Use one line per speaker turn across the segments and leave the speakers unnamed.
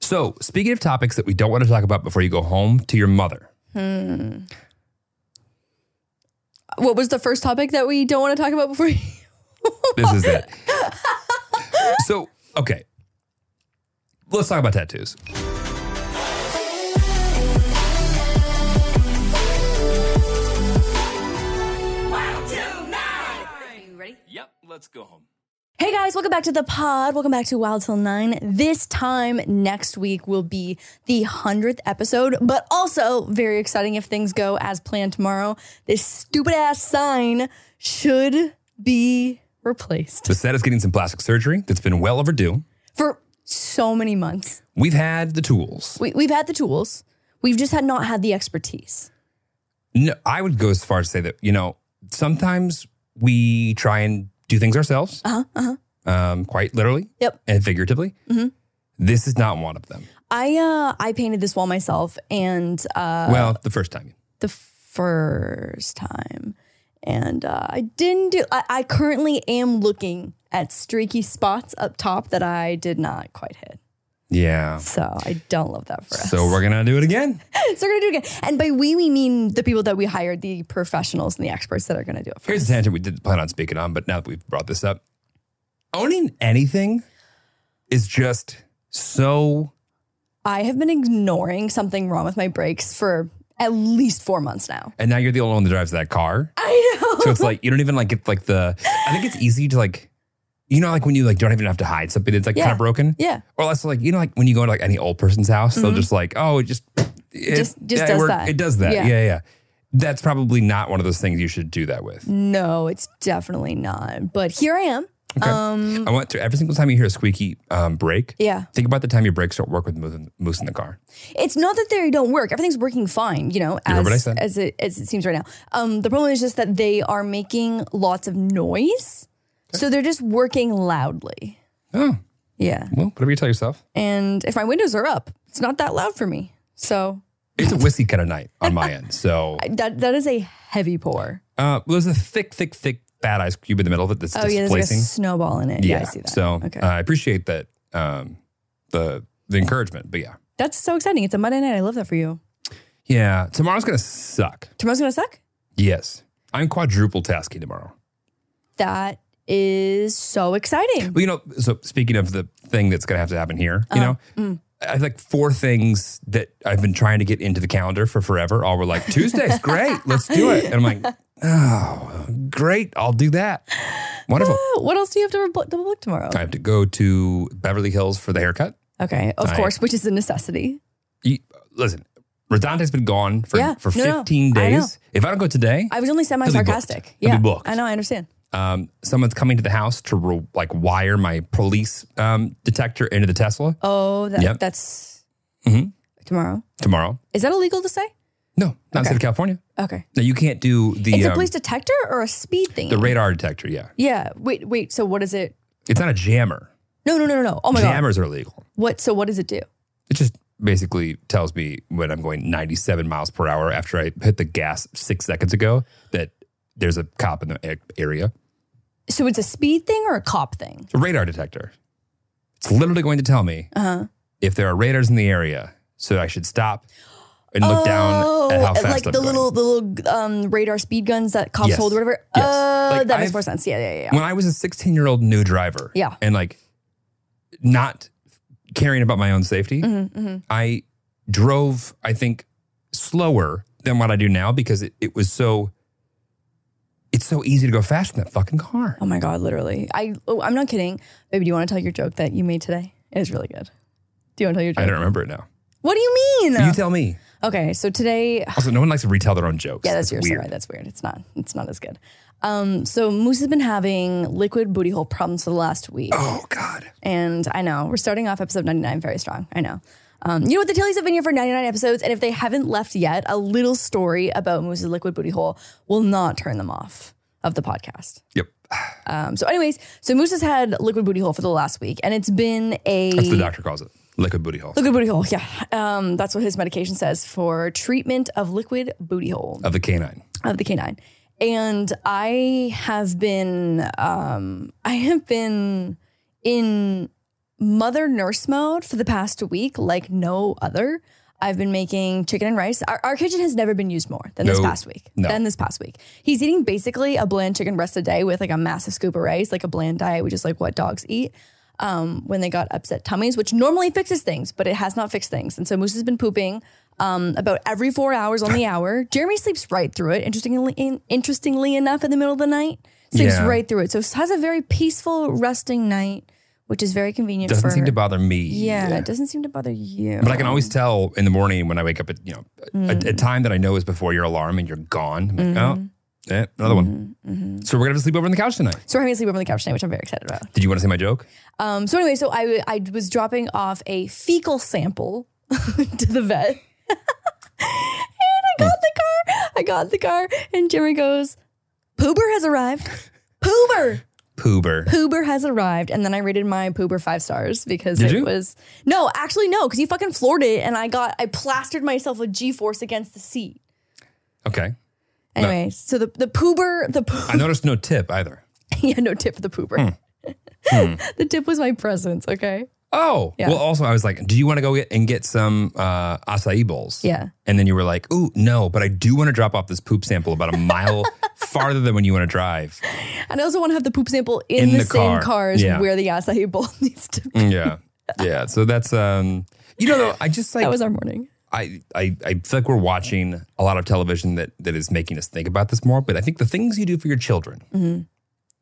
So, speaking of topics that we don't want to talk about before you go home to your mother,
What was the first topic that we don't want to talk about before? you-
this is it. so, okay. Let's talk about tattoos. Yep, let's go home.
Hey guys, welcome back to the pod. Welcome back to Wild Till Nine. This time next week will be the 100th episode, but also very exciting if things go as planned tomorrow. This stupid ass sign should be replaced
The set is getting some plastic surgery that's been well overdue.
for so many months.
We've had the tools.
We, we've had the tools, we've just had not had the expertise.
No, I would go as far as to say that you know sometimes we try and do things ourselves,
Uh huh. Uh
uh um, quite literally,
Yep.
and figuratively.
Mhm.
This is not one of them.
I uh I painted this wall myself, and uh,
well, the first time.
the first time. And uh, I didn't do, I, I currently am looking at streaky spots up top that I did not quite hit.
Yeah.
So I don't love that for us.
So we're gonna do it again.
so we're going to do it again. And by we, we mean the people that we hired, the professionals and the experts that are going to do it for
Here's
us.
the tangent we didn't plan on speaking on, but now that we've brought this up, owning anything is just so.
I have been ignoring something wrong with my brakes for at least four months now.
And now you're the only one that drives that car,
I know.
so it's like you don't even like get like the. I think it's easy to like, you know, like when you like don't even have to hide something that's like kind
Yeah.
of broken.
yeah.
Or less like you know, like when you go to like any old person's house, they'll
Mhm.
just like, oh, it just it
just- just
yeah, it
does
worked-
that.
It does that. Yeah.
Yeah.
yeah, yeah. That's probably not one of those things you should do that with.
No, it's definitely not. But here I am.
Okay.
Um,
I want to every single time you hear a squeaky um, brake,
yeah.
think about the time your brakes don't work with moose in, moose in the car.
It's not that they don't work. Everything's working fine, you know,
You
as,
heard what I said.
as, it, as it seems right now. Um, the problem is just that they are making lots of noise. So they're just working loudly.
Oh,
Yeah.
well, whatever you tell yourself.
And if my windows are up, it's not that loud for me. So
It's a whiskey kind of night on my end. So
I, that that is a heavy pour.
uh, well, there's a thick, thick, thick bad ice cube in the middle of it that's
oh, yeah. There's like a
displacing.
snowball in it. Yeah, I see that.
So
Okay.
uh, I appreciate that um, the the encouragement, but yeah,
That's so exciting. It's a Monday night. I love that for you.
yeah. Tomorrow's gonna suck.
Tomorrow's going to suck?
Yes, I'm quadruple tasking tomorrow.
That is so exciting.
Well, you know, so speaking of the thing that's going to have to happen here,
Uh-huh.
you know,
Mm.
I have like four things that I've been trying to get into the calendar for forever. All were like, Tuesday's great, let's do it. And I'm like, oh, great, I'll do that. Wonderful.
Oh, What else do you have to re- double book tomorrow?
I have to go to Beverly Hills for the haircut.
Okay, of
I-
course, which is a necessity.
You, listen, Rodante's been gone for,
Yeah,
for
no, no,
15
I know.
days. If I don't go today,
I was only semi sarcastic.
He'll be
Yeah,
booked.
I know. I understand.
um, someone's coming to the house to re- like wire my police um, detector into the Tesla
Oh, that,
Yep.
that's
Mhm.
tomorrow.
tomorrow.
Is that illegal to say?
No, not in the
Okay.
state of California.
Okay,
No, you can't do the
it's a
um,
police detector or a speed thing.
the radar detector. Yeah,
Yeah. Wait. Wait. So what is it?
it's not a jammer.
No. No. No. No. no. Oh my god.
Jammers are illegal.
What? So what does it do?
It just basically tells me when I'm going 97 miles per hour after I hit the gas six seconds ago that there's a cop in the a- area.
So it's a speed thing or a cop thing?
It's a radar detector. It's literally going to tell me
Uh huh.
if there are radars in the area, so I should stop and look down at how fast
Oh, like
I'm
the
going.
little the little um, radar speed guns that cops
Yes.
hold or whatever.
Yes.
Uh,
Like, I've-
that
Mm.
makes more sense. Yeah. Yeah. Yeah. yeah.
When I was a 16 year old new driver,
Yeah.
and like not caring about my own safety,
Mhm, mhm.
I drove, I think, slower than what I do now because it, it was so it's so easy to go fast in that fucking car.
Oh my god, literally. I oh, I'm not kidding. Baby, do you want to tell your joke that you made today? It was really good. Do you want to tell your joke?
I don't remember it now.
What do you mean?
You tell me.
okay, so today
Also, no one likes to retell their own jokes.
Yeah, that's yours.
weird.
Sorry, that's weird. It's not it's not as good. Um, so Moose has been having liquid booty hole problems for the last week.
Oh God.
And I know we're starting off episode 99 very strong. I know. Um, you know what? The Tailies have been here for 99 episodes. And if they haven't left yet, a little story about Moose's liquid booty hole will not turn them off of the podcast.
Yep.
Um, so, anyways, so Moose has had liquid booty hole for the last week, and it's been a
That's what the doctor calls it. Liquid booty hole.
liquid booty hole. Yeah, um, that's what his medication says for treatment of liquid booty hole
Of the canine.
of the canine. And I have been, um, I have been in mother nurse mode for the past week, like no other. I've been making chicken and rice. Our, our kitchen has never been used more than this
No.
past week.
No.
Than this past week. He's eating basically a bland chicken breast a day with like a massive scoop of rice, like a bland diet, which is like what dogs eat um, when they got upset tummies, which normally fixes things, but it has not fixed things. And so Moose has been pooping um, about every four hours on the hour. Jeremy sleeps right through it. Interestingly, in, interestingly enough, in the middle of the night, sleeps
Yeah.
right through it. So has a very peaceful, resting night, which is very convenient.
Doesn't
for
seem to bother me.
yeah, it doesn't seem to bother you.
But I can always tell in the morning when I wake up at you know a,
Mm.
a time that I know is before your alarm and you're gone. I'm like,
Mm-hmm.
oh, eh, another one. So we're gonna have to sleep over on the couch tonight.
So we're having a sleepover on the couch tonight, which I'm very excited about.
Did you want to say my joke?
Um, so anyway, so I I was dropping off a fecal sample to the vet, and I got in the car. I got in the car, and Jeremy goes, "Poober has arrived. Poober,
Poober.
Poober has arrived." And then I rated my Poober five stars because
Did
it
you?
was no, actually no, because he fucking floored it, and I got I plastered myself with G force against the seat.
Okay.
Anyway, so the the Poober the
I noticed no tip either.
yeah no tip for the Poober.
Hmm.
the tip was my presence. Okay.
Oh,
Yeah.
well, also, I was like, do you want to go get, and get some uh, acai bowls?
Yeah.
And then you were like, ooh, no, but I do want to drop off this poop sample about a mile farther than when you want to drive.
And I also want to have the poop sample in,
In
the,
the
same
car.
car as
Yeah.
where the acai bowl needs to be.
Mm, Yeah. yeah. So that's, um, you know, though, I just like,
That was our morning.
I, I, I feel like we're watching a lot of television that, that is making us think about this more. But I think the things you do for your children,
Mm-hmm.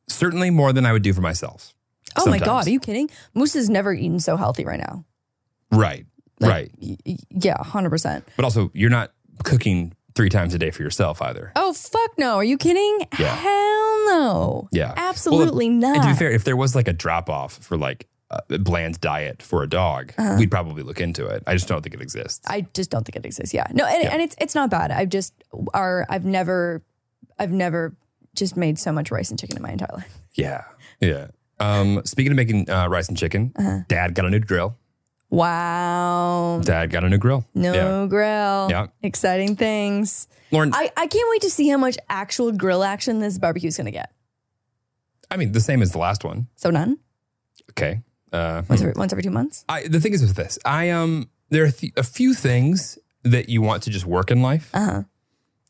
certainly more than I would do for myself.
Oh my God,
Sometimes.
are you kidding? Moose has never eaten so healthy right now.
Right.
Like,
right.
y- y- yeah, 100%.
But also, you're not cooking three times a day for yourself either.
Oh, fuck no. Are you kidding?
Yeah.
Hell no.
Yeah.
Absolutely not.
And to be fair, if there was like a drop off for like a bland diet for a dog, we'd probably look into it. I just don't think it exists.
Uh-huh. I just don't think it exists. Yeah. No, and,
Yeah.
and it's it's not bad. I've just are I've never I've never just made so much rice and chicken in my entire life.
yeah. Yeah. Um, speaking of making uh, rice and chicken,
Uh-huh.
dad got a new grill.
Wow.
Dad got a new grill.
No
Yeah.
grill.
Yeah.
Exciting things.
Lauren, I,
I, I can't wait to see how much actual grill action this barbecue's gonna get.
mean, the same as the last one.
So none
Okay. Uh,
once every once every two months.
I, the thing is with this, I um, there are th- a few things that you want to just work in life.
Uh huh.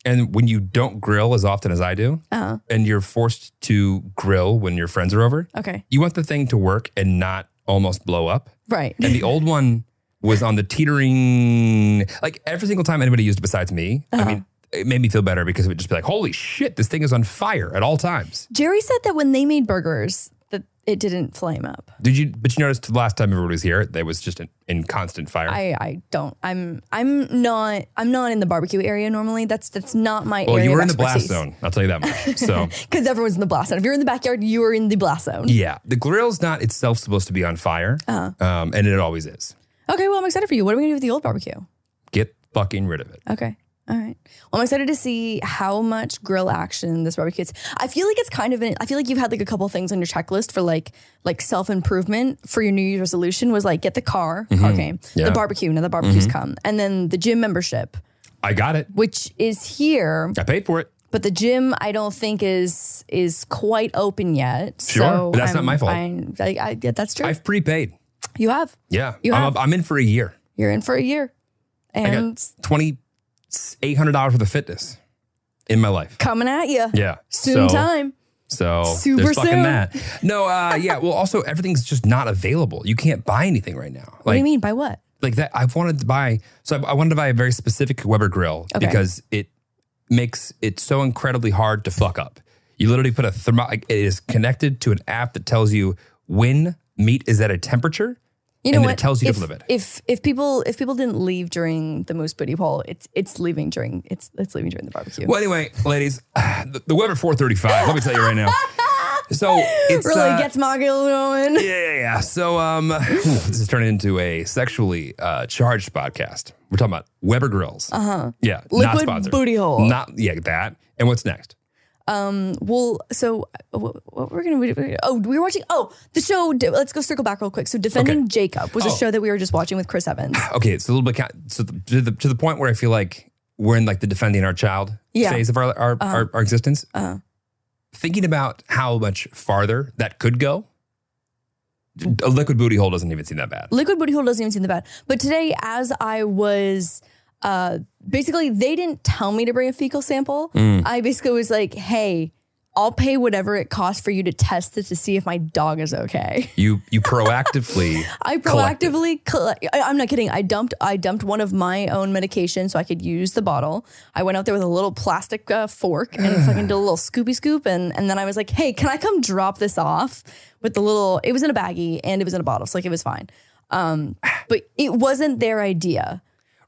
And when you don't grill as often as I do,
Uh
and you're forced to grill when your friends are over,
huh. Okay.
you want the thing to work and not almost blow up.
Right.
And the old one was on the teetering, like every single time anybody used it besides me.
Uh-huh.
I mean, it made me feel better because it would just be like, holy shit, this thing is on fire at all times.
Jerry said that when they made burgers that it didn't flame up.
Did you, but you noticed the last time everybody was here, there was just an, in constant fire.
I, I don't. I'm I'm not I'm not in the barbecue area normally. That's that's not my
well,
area.
you were in
of
the blast
expertise.
zone. I'll tell you that much. So,
Because everyone's in the blast zone. If you're in the backyard, you are in the blast zone.
yeah, the grill's not itself supposed to be on fire.
Uh-huh.
Um, and it always is.
Okay, well I'm excited for you. What are we gonna do with the old barbecue?
Get fucking rid of it.
Okay. All right. Well, I'm excited to see how much grill action this barbecue is. I feel like it's kind of an, I feel like you've had like a couple things on your checklist for like like self improvement for your New Year's resolution was like get the car, car came,
Mm-hmm. Yeah. Mm-hmm.
the barbecue, now the barbecue's come, and then the gym membership,
I got it.
which is here,
I paid for it.
but the gym I don't think is is quite open yet.
Sure,
so
but that's not my fault.
I'm- I, I, yeah, that's true.
I've prepaid.
you have.
Yeah.
You
I'm,
have.
I'm in for a year.
You're in for a year,
I
and
got twenty eight hundred dollars worth of fitness in my life.
coming at you
Yeah,
soon.
So,
time.
So
Super
there's fucking
soon.
that. No, uh, yeah. Well, also everything's just not available. You can't buy anything right now.
what do
Like
you mean by what?
like that. I wanted to buy. So I, I wanted to buy a very specific Weber grill
Okay.
because it makes it so incredibly hard to fuck up. You literally put a thermo. It is connected to an app that tells you when meat is at a temperature.
You
And
know
then it
what?
tells you to
if,
flip it.
If if people if people didn't leave during the Moose Booty poll, it's it's leaving during it's it's leaving during the barbecue.
Well, anyway, ladies, the, the Weber 435. Let me tell you right now. So it's
really
uh,
gets my gill going.
Yeah, yeah, yeah. So um, this is turning into a sexually uh, charged podcast. We're talking about Weber grills. Uh huh. Yeah, not
Uh-huh. Liquid
sponsored.
booty hole.
Not yeah that. And what's next?
Um, well, so what, what we're gonna do? Oh, we were watching. Oh, the show. Let's go circle back real quick. So, defending
Okay.
Jacob was a
Oh.
show that we were just watching with Chris Evans.
Okay, it's a little bit ca- so the, to the to the point where I feel like we're in like the defending our child
Yeah. Uh-huh.
phase of our our, our, our existence. Thinking about how much farther that could go a liquid booty hole doesn't even seem that bad.
Liquid booty hole doesn't even seem that bad. But today, as I was uh, basically, they didn't tell me to bring a fecal sample. I basically was like, hey, I'll pay whatever it costs for you to test this to see if my dog is okay.
You you proactively
I
collected.
proactively, collect, I, I'm not kidding. I dumped, I dumped one of my own medication so I could use the bottle. I went out there with a little plastic uh, fork and fucking did a little scoopy scoop, and and then I was like, hey, can I come drop this off with the little? It was in a baggie and it was in a bottle, so like it was fine. Um, but it wasn't their idea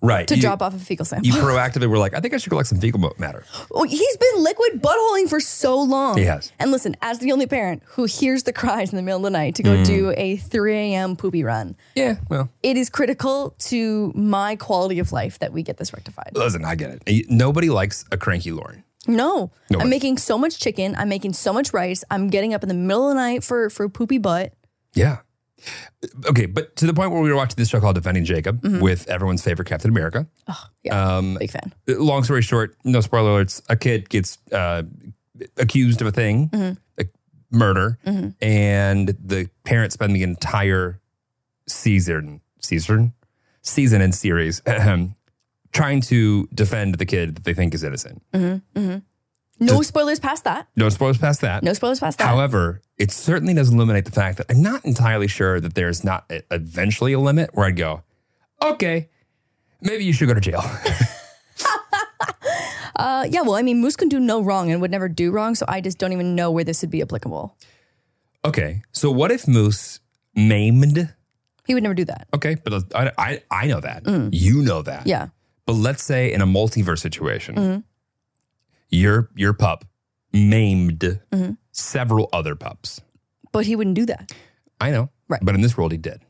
right
to
you,
drop off a fecal sample.
You proactively were like, I think I should collect some fecal mo- matter.
Oh, He's been liquid buttholing for so long.
He has.
And listen, as the only parent who hears the cries in the middle of the night to go
Mm.
do a 3 a.m. poopy run,
Yeah, well,
it is critical to my quality of life that we get this rectified.
listen, I get it. Nobody likes a cranky Lauren.
No,
way.
I'm making so much chicken. I'm making so much rice. I'm getting up in the middle of the night for for poopy butt.
Yeah. Okay, but to the point where we were watching this show called Defending Jacob with everyone's favorite Captain America. Uh,
Yeah, big fan.
Long story short, no spoiler alerts. A kid gets uh, accused of a thing, a murder, and the parents spend the entire season, season, season and series ahem, trying to defend the kid that they think is innocent.
No spoilers past that.
No spoilers past that.
No spoilers past that.
However, it certainly does eliminate the fact that I'm not entirely sure that there's not e- eventually a limit where I'd go, okay, maybe you should go to jail.
uh, yeah, well, I mean, Moose can do no wrong and would never do wrong, so I just don't even know where this would be applicable.
okay, so what if Moose maimed?
He would never do that.
Okay, but I, I, I know that. You know that.
Mm. Yeah. Mm-hmm.
But let's say in a multiverse situation, your, your pup maimed
Mm-hmm.
several other pups.
But he wouldn't do that.
I know.
Right.
But in this world, he did.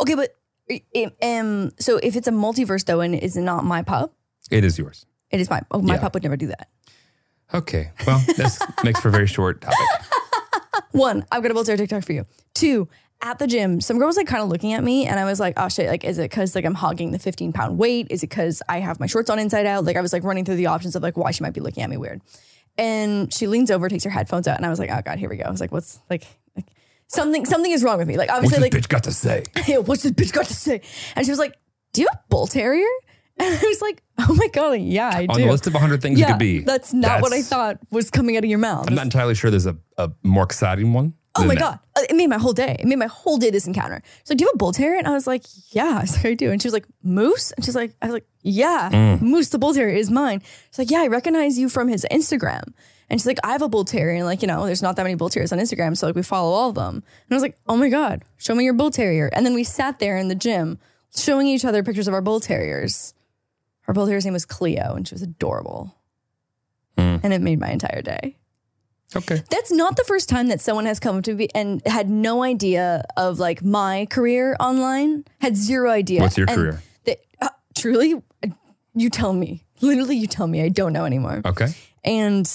Okay, but um, so if it's a multiverse though, and is it not my pup?
It is yours.
It is my oh, my
Yeah.
pup would never do that.
Okay. Well, this makes for a very short topic.
One, I've got a volunteer TikTok for you. Two, at the gym, some girl was like kind of looking at me, and I was like, oh shit, like is it because like I'm hogging the 15 pound weight? Is it because I have my shorts on inside out? Like I was like running through the options of like why she might be looking at me weird. And she leans over, takes her headphones out, and I was like, oh god, here we go. I was like, what's like, like something something is wrong with me. Like
What's
obviously,
this
like
bitch got to say?
hey, what's this bitch got to say? And she was like, do you have a bull terrier? And I was like, oh my god, like, yeah, I
on
do.
the list of 100 things
yeah,
you could be.
That's not what I
That's-
thought was coming out of your mouth.
I'm not entirely sure there's a, a more exciting one.
oh
than
my
that.
God. Uh, It made my whole day. It made my whole day this encounter. She's like, Do you have a bull terrier? And I was like, Yeah, I, was like, I do. And she was like, Moose? And she's like, I was like, Yeah, Moose, the bull terrier is mine. She's like, Yeah, I recognize you from his Instagram. And she's like, I have a bull terrier. And like, you know, there's not that many bull terriers on Instagram. So like we follow all of them. And I was like, Oh my God, show me your bull terrier. And then we sat there in the gym showing each other pictures of our bull terriers. Our bull terrier's name was Cleo, and she was adorable. And it made my entire day.
Okay.
That's not the first time that someone has come up to me and had no idea of like my career online, had zero idea.
What's your
And
career?
They, uh, truly, uh, you tell me. Literally, you tell me. I don't know anymore.
Okay.
And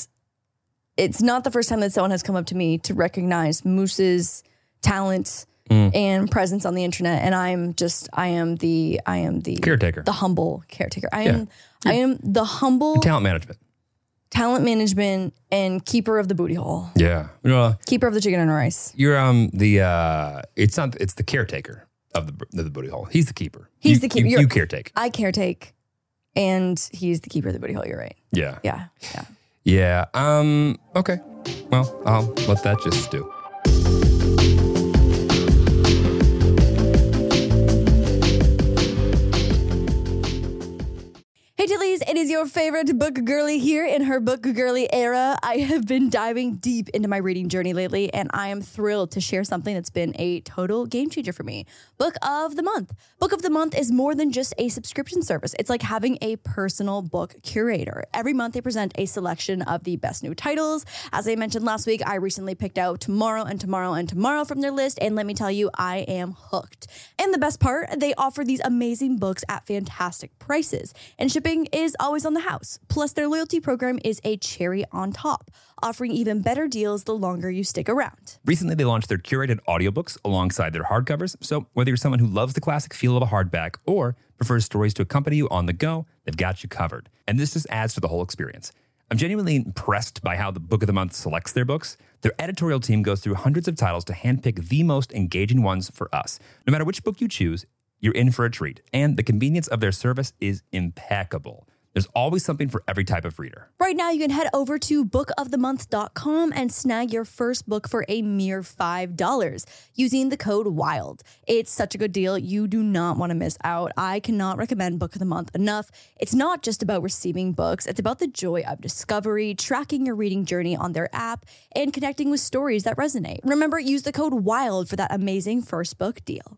it's not the first time that someone has come up to me to recognize Moose's talent
Mm.
and presence on the internet. And I'm just, I am the, I am the
Caretaker.
the humble caretaker. I am, I am the humble
Talent management.
talent management and keeper of the booty hole,
Yeah. Uh,
keeper of the chicken and rice.
you're um the uh it's not it's the caretaker of the of the booty hole. He's the keeper.
He's
You-
the keeper.
You,
You're-
you caretake.
I caretake, and he's the keeper of the booty hole. You're right.
Yeah.
Yeah, yeah.
Yeah. Um. Okay. Well, I'll let that just do.
Hey Tillies, it is your favorite book girly here in her book girly era. I have been diving deep into my reading journey lately, and I am thrilled to share something that's been a total game changer for me. Book of the Month. Book of the Month is more than just a subscription service, it's like having a personal book curator. Every month, they present a selection of the best new titles. As I mentioned last week, I recently picked out Tomorrow and Tomorrow and Tomorrow from their list, and let me tell you, I am hooked. And the best part, they offer these amazing books at fantastic prices, and shipping is always on the house. Plus, their loyalty program is a cherry on top, offering even better deals the longer you stick around.
Recently, they launched their curated audiobooks alongside their hardcovers. So, whether you're someone who loves the classic feel of a hardback or prefers stories to accompany you on the go, they've got you covered. And this just adds to the whole experience. I'm genuinely impressed by how the Book of the Month selects their books. Their editorial team goes through hundreds of titles to handpick the most engaging ones for us. No matter which book you choose, you're in for a treat, and the convenience of their service is impeccable. There's always something for every type of reader.
Right now, you can head over to bookofthemonth.com and snag your first book for a mere $5 using the code WILD. It's such a good deal. You do not want to miss out. I cannot recommend Book of the Month enough. It's not just about receiving books, it's about the joy of discovery, tracking your reading journey on their app, and connecting with stories that resonate. Remember, use the code WILD for that amazing first book deal.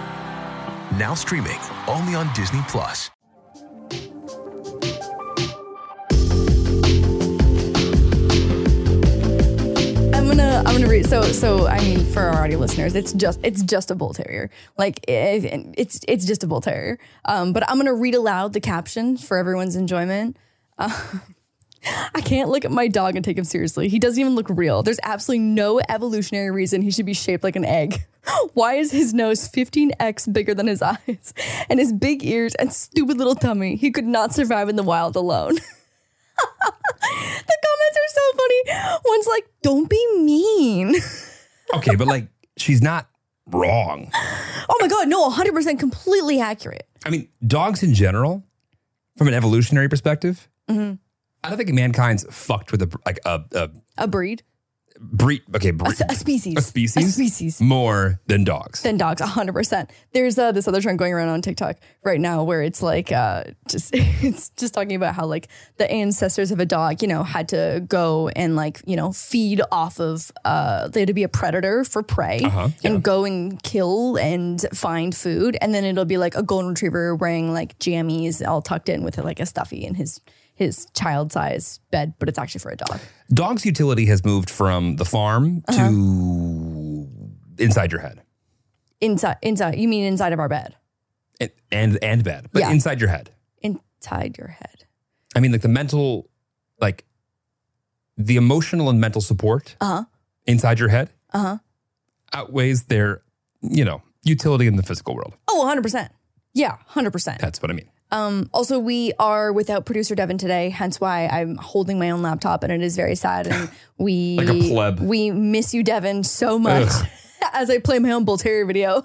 Now streaming only on Disney Plus.
I'm gonna I'm gonna read. So so I mean, for our audio listeners, it's just it's just a bull terrier. Like if, it's it's just a bull terrier. Um, but I'm gonna read aloud the caption for everyone's enjoyment. Uh, I can't look at my dog and take him seriously. He doesn't even look real. There's absolutely no evolutionary reason he should be shaped like an egg. Why is his nose 15x bigger than his eyes, and his big ears and stupid little tummy? He could not survive in the wild alone. the comments are so funny. One's like, "Don't be mean."
Okay, but like, she's not wrong.
Oh my god, no, 100% completely accurate.
I mean, dogs in general, from an evolutionary perspective,
Mm-hmm.
I don't think mankind's fucked with a like a, a
A breed
breed. Okay, breed,
a species.
a species,
A species.
more than dogs.
than dogs 100%. There's uh, this other trend going around on TikTok right now where it's like uh, just it's just talking about how like the ancestors of a dog, you know, had to go and like, you know, feed off of uh they had to be a predator for prey
Uh-huh,
and go and kill and find food and then it'll be like a golden retriever wearing like jammies all tucked in with like a stuffy in his his child size bed, but it's actually for a dog.
Dogs' utility has moved from the farm
Uh-huh.
to inside your head
Inside, inside. You mean inside of our bed?
and and, and bed, but
Yeah.
inside your head.
Inside your head.
I mean, like the mental, like the emotional and mental support
Uh-huh.
inside your head
Uh-huh.
outweighs their, you know, utility in the physical world.
Oh, 100%. Yeah, 100%.
That's what I mean.
Um, also, we are without producer Devin today, hence why I'm holding my own laptop and it is very sad. And we,
Like a pleb.
we miss you, Devin, so much. As I play my own Bull Terrier video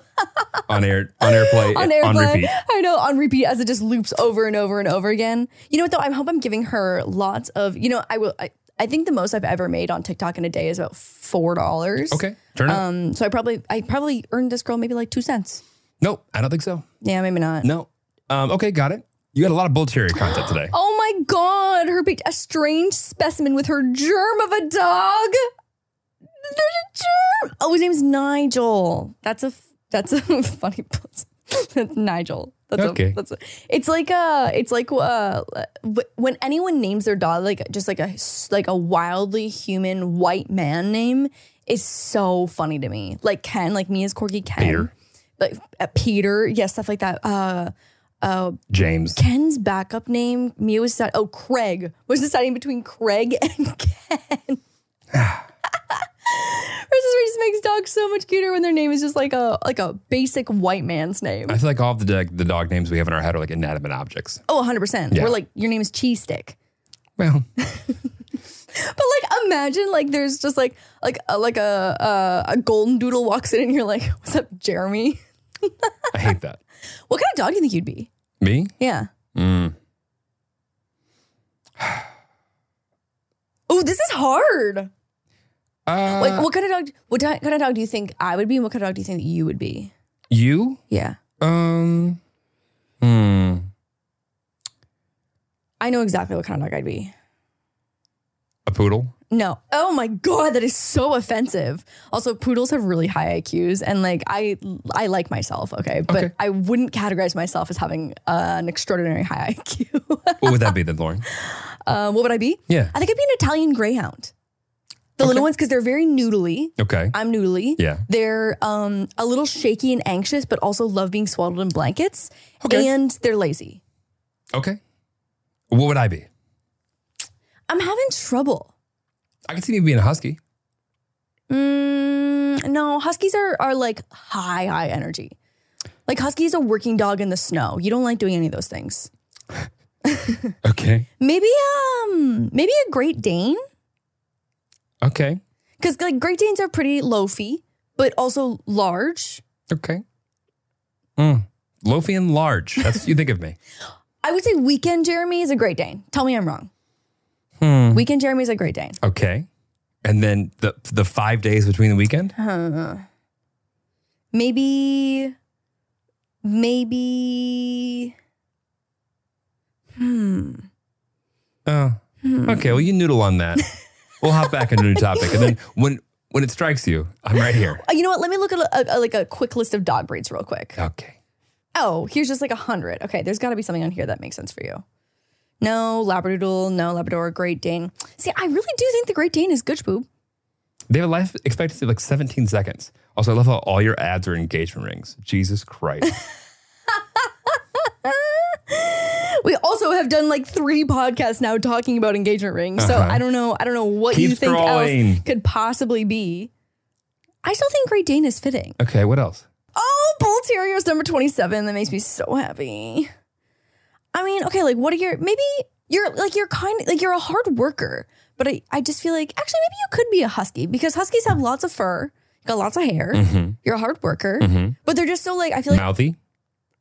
On air, on airplay,
on
on,
airplane,
repeat.
I know on repeat as it just loops over and over and over again. You know what though? I hope I'm giving her lots of. You know, I will. I, I think the most I've ever made on TikTok in a day is about four dollars.
Okay, turn it. up.
Um. So I probably I probably earned this girl maybe like two cents.
No, I don't think so.
Yeah, maybe not.
No. Um, okay, got it. You had a lot of bull terrier content today.
Oh my god, her picked a strange specimen with her germ of a dog. There's a germ. Oh, his name's Nigel. That's a f- that's a funny person. That's Nigel. That's
Okay.
A, that's a, it's like uh it's like uh wh- when anyone names their dog like just like a s- like a wildly human white man name is so funny to me. Like Ken, like me as Corgi Ken.
Peter.
Like uh, Peter, yeah, stuff like that. Uh
James.
Ken's backup name, Mia was deciding, oh, Craig was deciding between Craig and Ken. Versus where it just makes dogs so much cuter when their name is just like a like a basic white man's name.
I feel like all of the dog, the dog names we have in our head are like inanimate objects.
Oh, 100%.
Yeah.
We're like, your name is Cheese Stick.
Well,
But like, imagine like there's just like like a, like a, a a golden doodle walks in and you're like, what's up, Jeremy?
I hate that.
What kind of dog do you think you'd be?
Me?
Yeah.
Mm.
Oh, this is hard.
Uh,
Like, what kind of dog? What di- kind of dog do you think I would be, and what kind of dog do you think that you would be?
you?
Yeah,
Um, hmm.
I know exactly what kind of dog I'd be.
A poodle?
No, oh my god, that is so offensive. Also, poodles have really high IQs, and like I, I like myself, okay, but
Okay.
I wouldn't categorize myself as having uh, an extraordinary high IQ.
What would that be then, Lauren?
uh, what would I be?
Yeah.
I think I'd be an Italian Greyhound. The little ones, because they're very noodly.
Okay.
I'm noodly.
Yeah.
They're um, a little shaky and anxious, but also love being swaddled in blankets.
Okay.
And they're lazy.
okay. What would I be?
I'm having trouble.
I can see me being a husky.
Mm, no, huskies are are like high, high energy. Like huskies a working dog in the snow. You don't like doing any of those things.
Okay.
Maybe um maybe a Great Dane.
Okay.
Because like Great Danes are pretty loafy, but also large.
Okay. Mm. Loafy and large. That's what you think of me.
I would say Weekend Jeremy is a Great Dane. Tell me I'm wrong.
Hmm.
Weekend Jeremy is a Great Dane.
Okay. And then the the five days between the weekend?
Maybe, maybe.
Oh. Okay. Well, you noodle on that. we'll hop back into a new topic. And then when when it strikes you, I'm right here.
Oh, you know what? Let me look at a, a- like a quick list of dog breeds real quick.
Okay.
Oh, here's just like a hundred. Okay, there's got to be something on here that makes sense for you. No Labradoodle, no Labrador, Great Dane. See, I really do think the Great Dane is good boob.
They have a life expectancy of like 17 seconds. Also, I love how all your ads are engagement rings. Jesus Christ.
We also have done like three podcasts now talking about engagement rings. So
Uh-huh.
I don't know. I don't know what
Keep
you think else
scrolling.
could possibly be. I still think Great Dane is fitting.
Okay. What else?
Oh, Bull Terrier's number 27. That makes me so happy. I mean, okay, like what are your maybe you're like you're kind like you're a hard worker, but I, I just feel like actually maybe you could be a husky because huskies have lots of fur, got lots of hair.
Mm-hmm.
You're a hard worker, but they're just so like I feel like
Mouthy,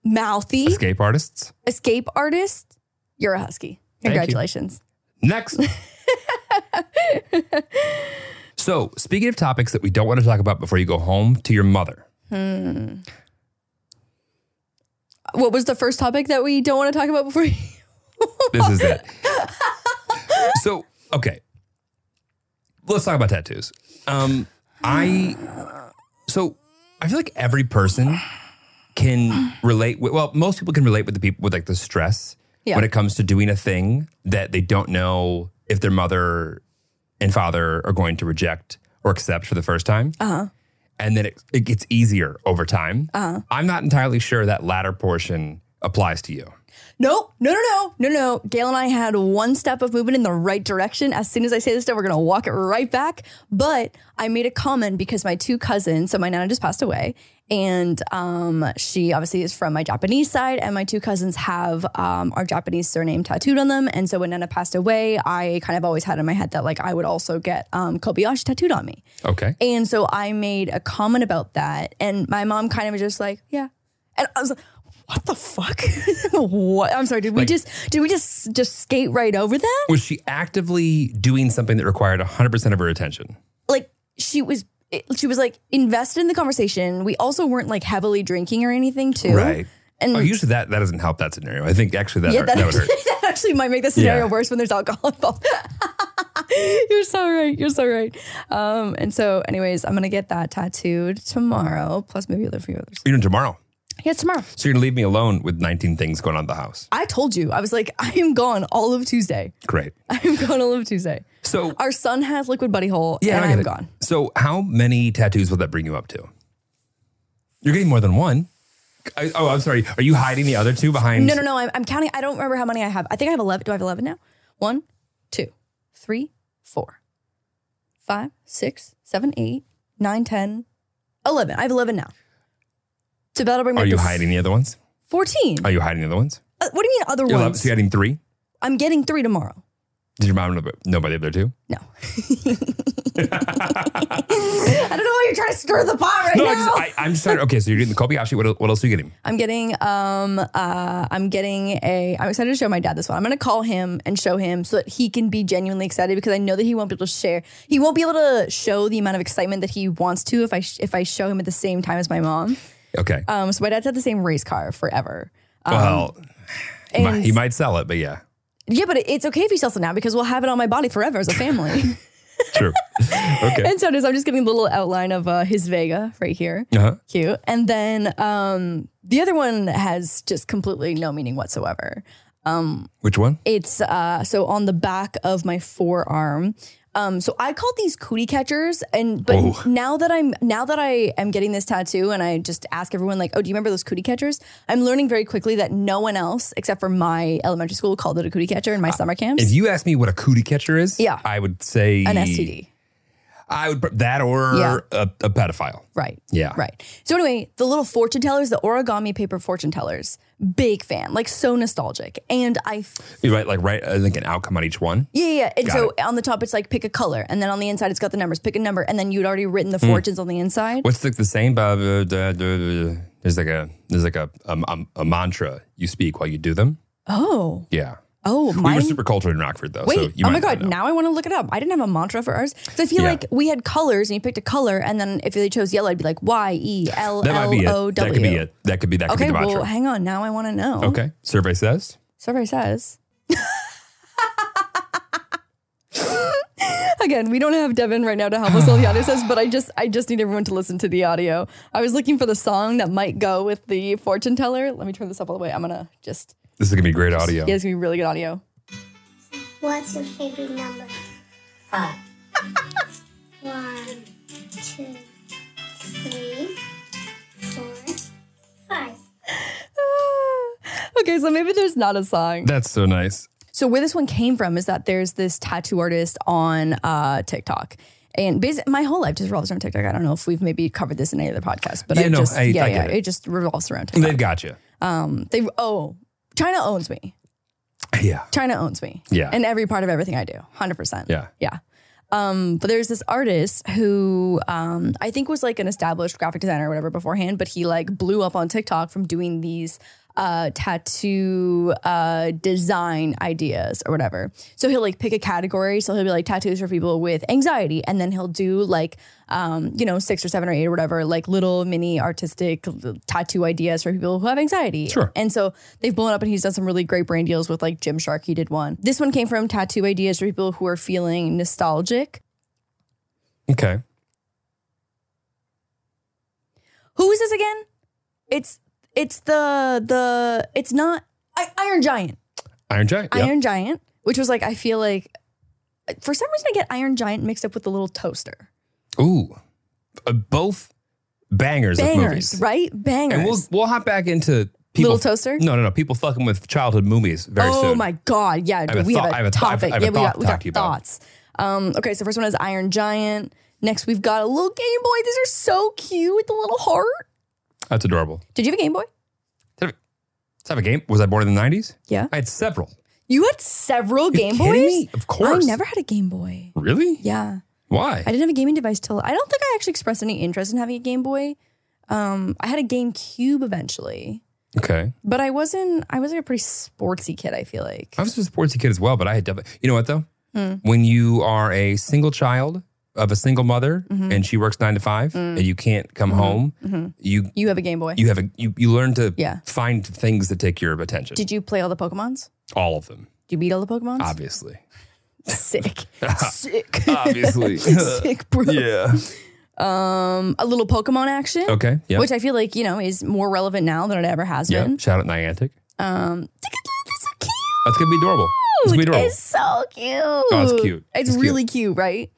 mouthy
escape artists.
escape artist. You're a husky.
Thank you.
Congratulations.
Next. so, speaking of topics that we don't want to talk about before you go home to your mother,
What was the first topic that we don't want to talk about before? you-
this is it. so, okay. Let's talk about tattoos. Um, I, so I feel like every person can relate with, well, most people can relate with the people with like the stress
Yeah.
when it comes to doing a thing that they don't know if their mother and father are going to reject or accept for the first time. Uh-huh. And then it, it gets easier over time. Uh-huh. I'm not entirely sure that latter portion applies to you.
Nope. No, no, no, no, no. Gail and I had one step of movement in the right direction. As soon as I say this stuff, we're gonna walk it right back. But I made a comment because my two cousins, so my nana just passed away, and um, she obviously is from my Japanese side, and my two cousins have um, our Japanese surname tattooed on them. And so when Nana passed away, I kind of always had in my head that like I would also get um, Kobayashi tattooed on me.
Okay.
And so I made a comment about that, and my mom kind of was just like, "Yeah," and I was like, "What the fuck? what? I'm sorry. Did we
Like-
just did we just just skate right over that?
Was she actively doing something that required 100% of her attention?
Like she was." it- She was like invested in the conversation. We also weren't like heavily drinking or anything, too. And
oh, usually that, that doesn't help that scenario. I think actually that,
Mm. yeah,
hurt,
that,
that, would hurt.
that actually might make the scenario
Yeah.
worse when there's alcohol involved. You're so right. You're so right. Um, and so, anyways, I'm gonna get that tattooed tomorrow. Plus, maybe other few others.
You're doing tomorrow.
Yeah, it's tomorrow.
So you're going to leave me alone with 19 things going on in the house.
I told you, I was like, I am gone all of Tuesday.
Great.
I am gone all of Tuesday.
So,
Our son has liquid buddy hole,
yeah,
and
I
I
get
am
it.
gone.
So how many tattoos will that bring you up to? You're getting more than one. I, oh, I'm sorry. Are you hiding the other two behind?
No, no, no. I'm, I'm counting. I don't remember how many I have. I think I have 11. Do I have 11 now? One, two, three, four, five, six, seven, eight, nine, ten, eleven. I have 11 now. So that'll bring me
Are
up
you
to
hiding the other ones?
14.
Are you hiding the other ones?
Uh, what do you mean other
You're allowed-
ones?
so you're adding three?
I'm getting three tomorrow.
Did your mom know, know about the other two?
No. I don't know why you're trying to stir the pot right
No,
now.
I just, I, I'm just trying. Okay, so you're getting the Kobayashi. What, el- what else are you getting?
I'm getting um uh I'm getting a I'm excited to show my dad this one. I'm gonna call him and show him so that he can be genuinely excited because I know that he won't be able to share he won't be able to show the amount of excitement that he wants to if I sh- if I show him at the same time as my mom.
Okay.
Um so my dad's had the same race car forever.
well, he might,
and-
he might sell it, but yeah,
Yeah, but it's okay if he sells it now because we'll have it on my body forever as a family.
true. okay.
and so it is I'm just getting a little outline of uh, his Vega right here.
Uh-huh.
cute. And then um, the other one has just completely no meaning whatsoever.
Which one?
It's uh, so on the back of my forearm. Um, so I called these cootie catchers, and but
Oh.
now that I'm now that I am getting this tattoo, and I just ask everyone like, "Oh, do you remember those cootie catchers?" I'm learning very quickly that no one else except for my elementary school called it a cootie catcher in my summer camps.
If Uh, you ask me what a cootie catcher is,
Yeah.
I would say
an STD,
I would pr- that or
Yeah.
a, a pedophile.
right?
Yeah.
right. So anyway, the little fortune tellers, the origami paper fortune tellers, big fan, like so nostalgic, and I
You write like right uh, like an outcome on each one.
Yeah, yeah. yeah. And
Got
so on the top, it's like pick a color, and then on the inside, it's got the numbers. Pick a number, and then you'd already written
Hmm.
the fortunes on the inside.
What's like the same? Blah, blah, blah, blah, blah. There's like a there's like a, um, um, a mantra you speak while you do them.
Oh,
Yeah,
oh,
we
my.
were super cultured in Rockford though. so
Wait,
you
oh my
might not
god!
know.
Now I want to look it up. I didn't have a mantra for ours, so I feel
Yeah.
like we had colors, and you picked a color, and then if they chose yellow, I'd be like Y E L
that might be
L
it.
O W.
That could be it. That could be that could
Okay,
be the
well,
mantra.
hang on. Now I want to know.
okay, survey says
Survey says. Again, we don't have Devin right now to help us all the audio says, but I just I just need everyone to listen to the audio. I was looking for the song that might go with the fortune teller. Let me turn this up all the way. I'm gonna just
this is gonna be great audio.
yeah, it's gonna be really good audio.
What's your favorite number? Five. One, two, three, four, five.
okay, so maybe there's not a song.
That's so nice.
So where this one came from is that there's this tattoo artist on uh, TikTok. And basi- my whole life just revolves around TikTok. I don't know if we've maybe covered this in any other podcast, but
Yeah,
I
no,
just,
I-
yeah,
I
yeah,
get
it.
it.
just revolves around TikTok.
They've got you.
They oh, China owns me.
Yeah,
China owns me.
Yeah.
in every part of everything I do, hundred percent.
yeah.
yeah. Um, but there's this artist who um, I think was like an established graphic designer or whatever beforehand, but he like blew up on TikTok from doing these uh, tattoo uh, design ideas or whatever. So he'll like pick a category. So he'll be like tattoos for people with anxiety, and then he'll do like um, you know six or seven or eight or whatever, like little mini artistic tattoo ideas for people who have anxiety.
Sure.
And so they've blown up and he's done some really great brand deals with like Gymshark. He did one. This one came from tattoo ideas for people who are feeling nostalgic.
Okay,
Who is this again? It's it's the the it's not I, Iron Giant.
Iron Giant. Yeah.
Iron Giant, which was like I feel like for some reason I get Iron Giant mixed up with the little toaster.
Ooh, Uh, both bangers, of
Bangers,
movies.
right? Bangers.
And we'll we'll hop back into people,
Little Toaster?
No, no, no. People fucking with childhood movies very
oh
soon.
my god! Yeah,
have a
we
thought- I have
have a
a th- I have-
topic.
I have a
yeah, we
thought
got
to
we
talk
got
to you about.
thoughts. Um, okay, so first one is Iron Giant. Next, we've got a little Game Boy. These are so cute with the little heart.
That's adorable.
Did you have a Game Boy?
Let's have a- let's have a game. Was I born in the nineties?
Yeah.
I had several.
You had several Game
kidding
Boys.
me? Of course.
I never had a Game Boy.
Really?
Yeah,
Why?
I didn't have a gaming device till I don't think I actually expressed any interest in having a Game Boy. Um, I had a GameCube eventually,
okay.
but I wasn't. I was like a pretty sportsy kid. I feel like.
I was a sportsy kid as well, but I had definitely. You know what though?
Hmm.
When you are a single child of a single mother
Mm-hmm.
and she works nine to five
Mm.
and you can't come home, you
you have a Game Boy.
you have a you, you learn to
Yeah.
find things that take your attention.
Did you play all the Pokemons?
All of them,
Did you beat all the Pokemons?
obviously.
Sick. Sick.
Obviously.
Sick, bro.
Ah. yeah.
Um, a little Pokemon action.
Okay. Yeah.
Which I feel like, you know, is more relevant now than it ever has
yeah.
been.
Shout out Niantic.
Um, that's so cute.
That's gonna be adorable. It's gonna be adorable.
It's so cute.
Oh, it's cute.
It's,
It's cute.
really cute, right?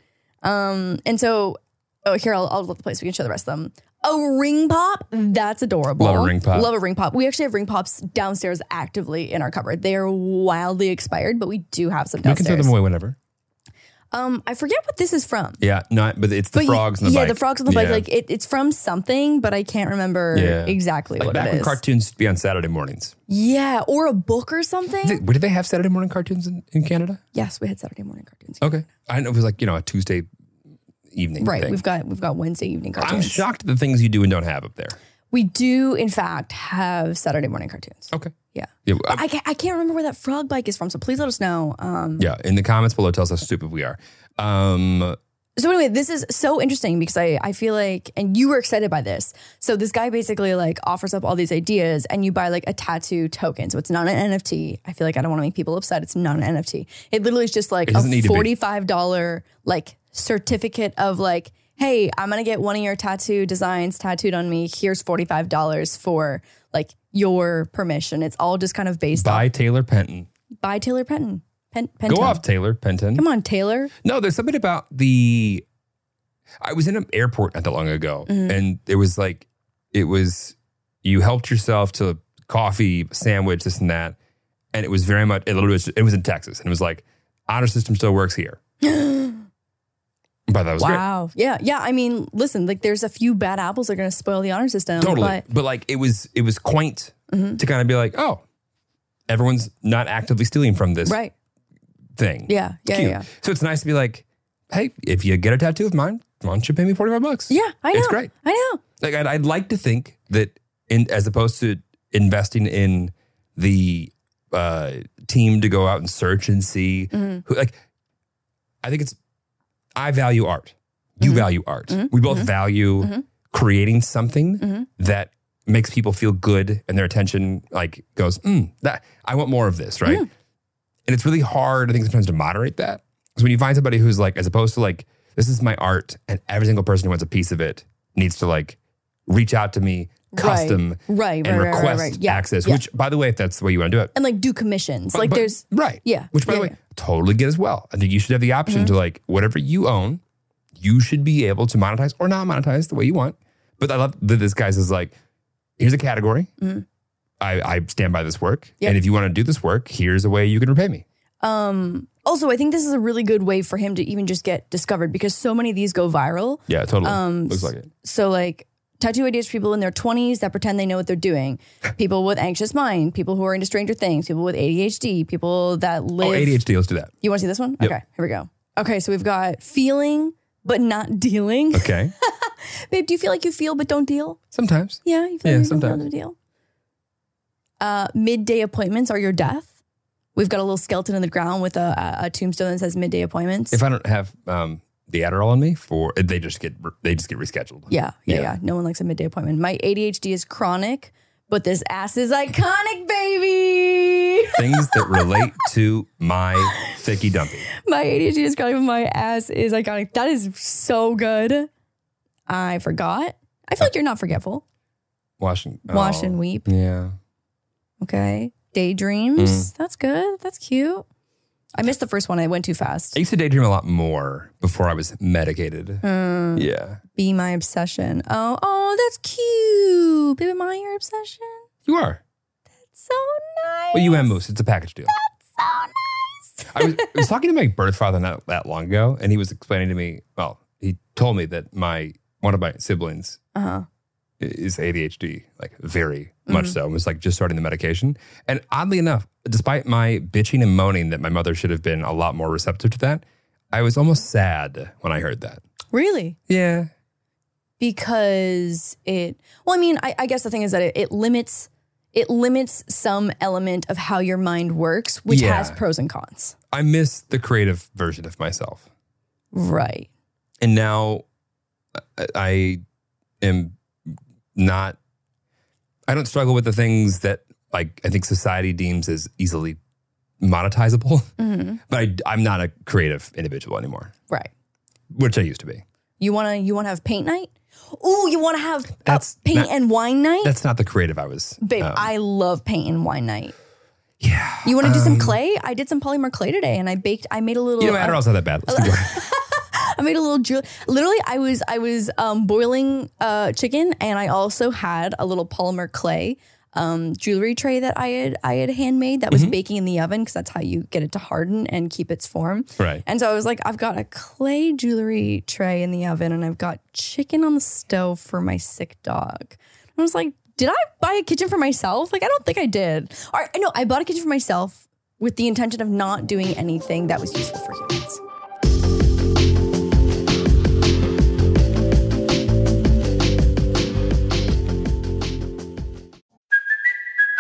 Um, and so, oh, here, I'll, I'll let the place. We can show the rest of them. A ring pop. That's adorable.
Love a ring pop.
Love a ring pop. We actually have ring pops downstairs actively in our cupboard. They are wildly expired, but we do have some
we can
downstairs.
throw them away whenever.
Um, I forget what this is from.
Yeah, not but it's the
But y-
frogs and the
yeah,
bike.
the frogs on the bike.
Yeah.
Like it, it's from something, but I can't remember
Yeah.
exactly
Like
what
back
it
when
is.
cartoons used to be on Saturday mornings.
yeah, or a book or something.
Did, did they have Saturday morning cartoons in, in Canada?
yes, we had Saturday morning cartoons.
Okay, I didn't know it was like you know a Tuesday evening.
Right,
thing.
we've got we've got Wednesday evening cartoons.
I'm shocked at the things you do and don't have up there.
We do, in fact, have Saturday morning cartoons.
Okay.
Yeah.
Yeah, I-
But I, can't, I can't remember where that frog bike is from, so please let us know. Um,
yeah. In the comments below, tell us how stupid we are. Um,
so anyway, this is so interesting because I, I feel like, and you were excited by this. So this guy basically like offers up all these ideas and you buy like a tattoo token. So it's not an NFT. I feel like I don't want to make people upset. It's not an NFT. It literally is just like
It
a
doesn't need to be.
$45 like certificate of like, hey, I'm going to get one of your tattoo designs tattooed on me. Here's $45 for like your permission. It's all just kind of based
by Taylor Penton.
by Taylor Penton. Pen, Penton.
Go off, Taylor Penton.
Come on, Taylor.
No, there's something about the. I was in an airport not that long ago,
Mm-hmm.
and it was like, it was you helped yourself to coffee, sandwich, this and that, and it was very much. It literally was. It was in Texas, and it was like honor system still works here. but that was great.
Wow. Yeah. Yeah. I mean, listen, like there's a few bad apples that are going to spoil the honor system.
Totally,
But Mm-hmm.
but, like it was, it was quaint to kind of be like, oh, everyone's not actively stealing from this
right.
thing.
Yeah. Yeah.
Cute.
Yeah.
So it's nice to be like, hey, if you get a tattoo of mine, why don't you pay me forty five bucks?
Yeah. I know.
It's great.
I know.
like I'd, I'd like to think that in as opposed to investing in the uh, team to go out and search and see
Mm-hmm.
who like I think it's I value art. You
Mm-hmm.
value art. We both value creating something
Mm-hmm.
that makes people feel good and their attention like goes, mm, that I want more of this,
Mm.
right? And it's really hard, I think, sometimes to moderate that. Because when you find somebody who's like, as opposed to like, this is my art, and every single person who wants a piece of it needs to like reach out to me custom
Right. Right.
and
right,
request
right. Right. Yeah.
access,
yeah.
which by the way, if that's the way you want to do it,
and like do commissions. like
but-
there's
right.
Yeah,
Which by
yeah,
the way,
yeah. Mm-hmm.
totally get as well. I think you should have the option to like whatever you own, you should be able to monetize or not monetize the way you want. But I love that this guy's is like, here's a category. I, I stand by this work.
Mm. Yep.
And if you want to do this work, here's a way you can repay me.
um also I think this is a really good way for him to even just get discovered because so many of these go viral.
Yeah, totally.
Um,
Looks like it.
So like tattoo ideas for people in their 20s that pretend they know what they're doing. People with anxious mind, people who are into stranger things, people with ADHD, people that live
Oh, ADHD, let's do that.
You want to see this one?
Yep.
Okay, here we go. Okay, so we've got feeling but not dealing.
Okay.
Babe, do you feel like you feel but don't deal?
Sometimes.
Yeah, you feel
Yeah,
like you don't
sometimes.
have to deal. Uh, midday appointments are your death. We've got a little skeleton in the ground with a, a, a tombstone that says midday appointments.
If I don't have um, the Adderall on me for eh, they just get they just get rescheduled.
yeah, yeah,
Yeah.
yeah, No one likes a midday appointment. My ADHD is chronic, but this ass is iconic, baby.
Things that relate to my thicky dumpy.
my ADHD is chronic, but my ass is iconic. That is so good. I forgot. I feel like you're not forgetful.
Washing
Wash
oh,
and weep.
Yeah.
Okay. Daydreams.
Mm.
That's good. That's cute. I missed the first one. I went too fast.
I used to daydream a lot more before I was medicated.
Mm-hmm.
Yeah.
Uh, Be my obsession. Oh, oh, that's cute. Baby, am I your obsession?
You are.
So nice.
Well, you and Moose. It's a package deal.
So nice.
I was, I was talking to my birth father not that long ago, and he was explaining to me, well, he told me that my one of my siblings
Uh huh.
i- is ADHD, like very much so, and was like just starting the medication. And oddly enough, despite my bitching and moaning that my mother should have been a lot more receptive to that, I was almost sad when I heard that.
Really?
Yeah.
Because it. Well, I mean, I, I guess the thing is that it, it limits. It limits some element of how your mind works, which
Yeah.
has pros and cons.
I miss the creative version of myself.
Right.
and now I- I am not. I don't struggle with the things that like I think society deems as easily monetizable, but I, I'm not a creative individual anymore,
Right.
which I used to be.
You wanna you wanna have paint night? Ooh, you wanna have uh,
That's
paint
not-
and wine night?
That's not the creative I was.
Babe,
um,
I love paint and wine night.
yeah.
You want to do some
um,
clay? I did some polymer clay today, and I baked. I made a little.
You know, Adderall's not that bad. Let's keep going.
I made a little jewel. Literally, I was I was um, boiling uh, chicken, and I also had a little polymer clay um, jewelry tray that I had I had handmade that was baking in the oven because that's how you get it to harden and keep its form.
Right.
And so I was like, I've got a clay jewelry tray in the oven, and I've got chicken on the stove for my sick dog. I was like, did I buy a kitchen for myself? Like, I don't think I did. Or no, I bought a kitchen for myself with the intention of not doing anything that was useful for humans.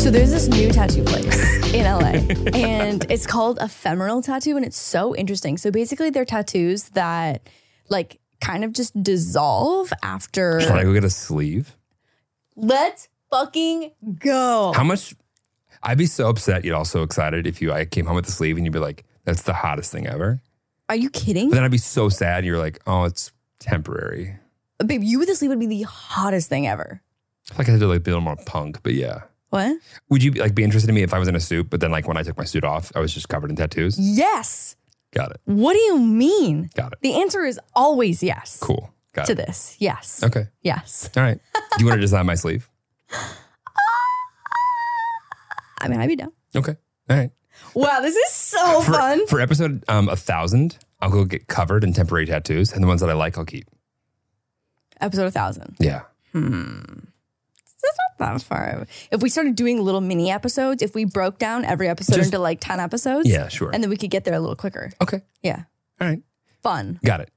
So there's this new tattoo place in LA, and it's called Ephemeral Tattoo, and it's so interesting. So basically, they're tattoos that like kind of just dissolve after.
Should I go get a sleeve?
Let's fucking go.
How much? I'd be so upset yet also excited if you I came home with the sleeve and you'd be like, "That's the hottest thing ever."
Are you kidding?
But then I'd be so sad. You're like, "Oh, it's temporary."
Babe, you with this sleeve would be the hottest thing ever.
Like I did like a little more punk, but yeah.
What?
Would you like be interested in me if I was in a suit, but then like when I took my suit off, I was just covered in tattoos?
Yes.
Got it.
What do you mean?
Got it.
The answer is always yes.
Cool. Got
To
it.
this. Yes.
Okay.
Yes.
All right. Do you want to design my sleeve?
I mean, I'd be down.
Okay. All right.
Wow, this is so
For,
fun.
for episode um a thousand, I'll go get covered in temporary tattoos, and the ones that I like, I'll keep.
Episode 1000.
Yeah.
That's not that far. away. If we started doing little mini episodes, if we broke down every episode
Just-
into like 10 episodes,
Yeah. Sure.
and then we could get there a little quicker.
okay.
Yeah.
All right.
Fun.
Got it.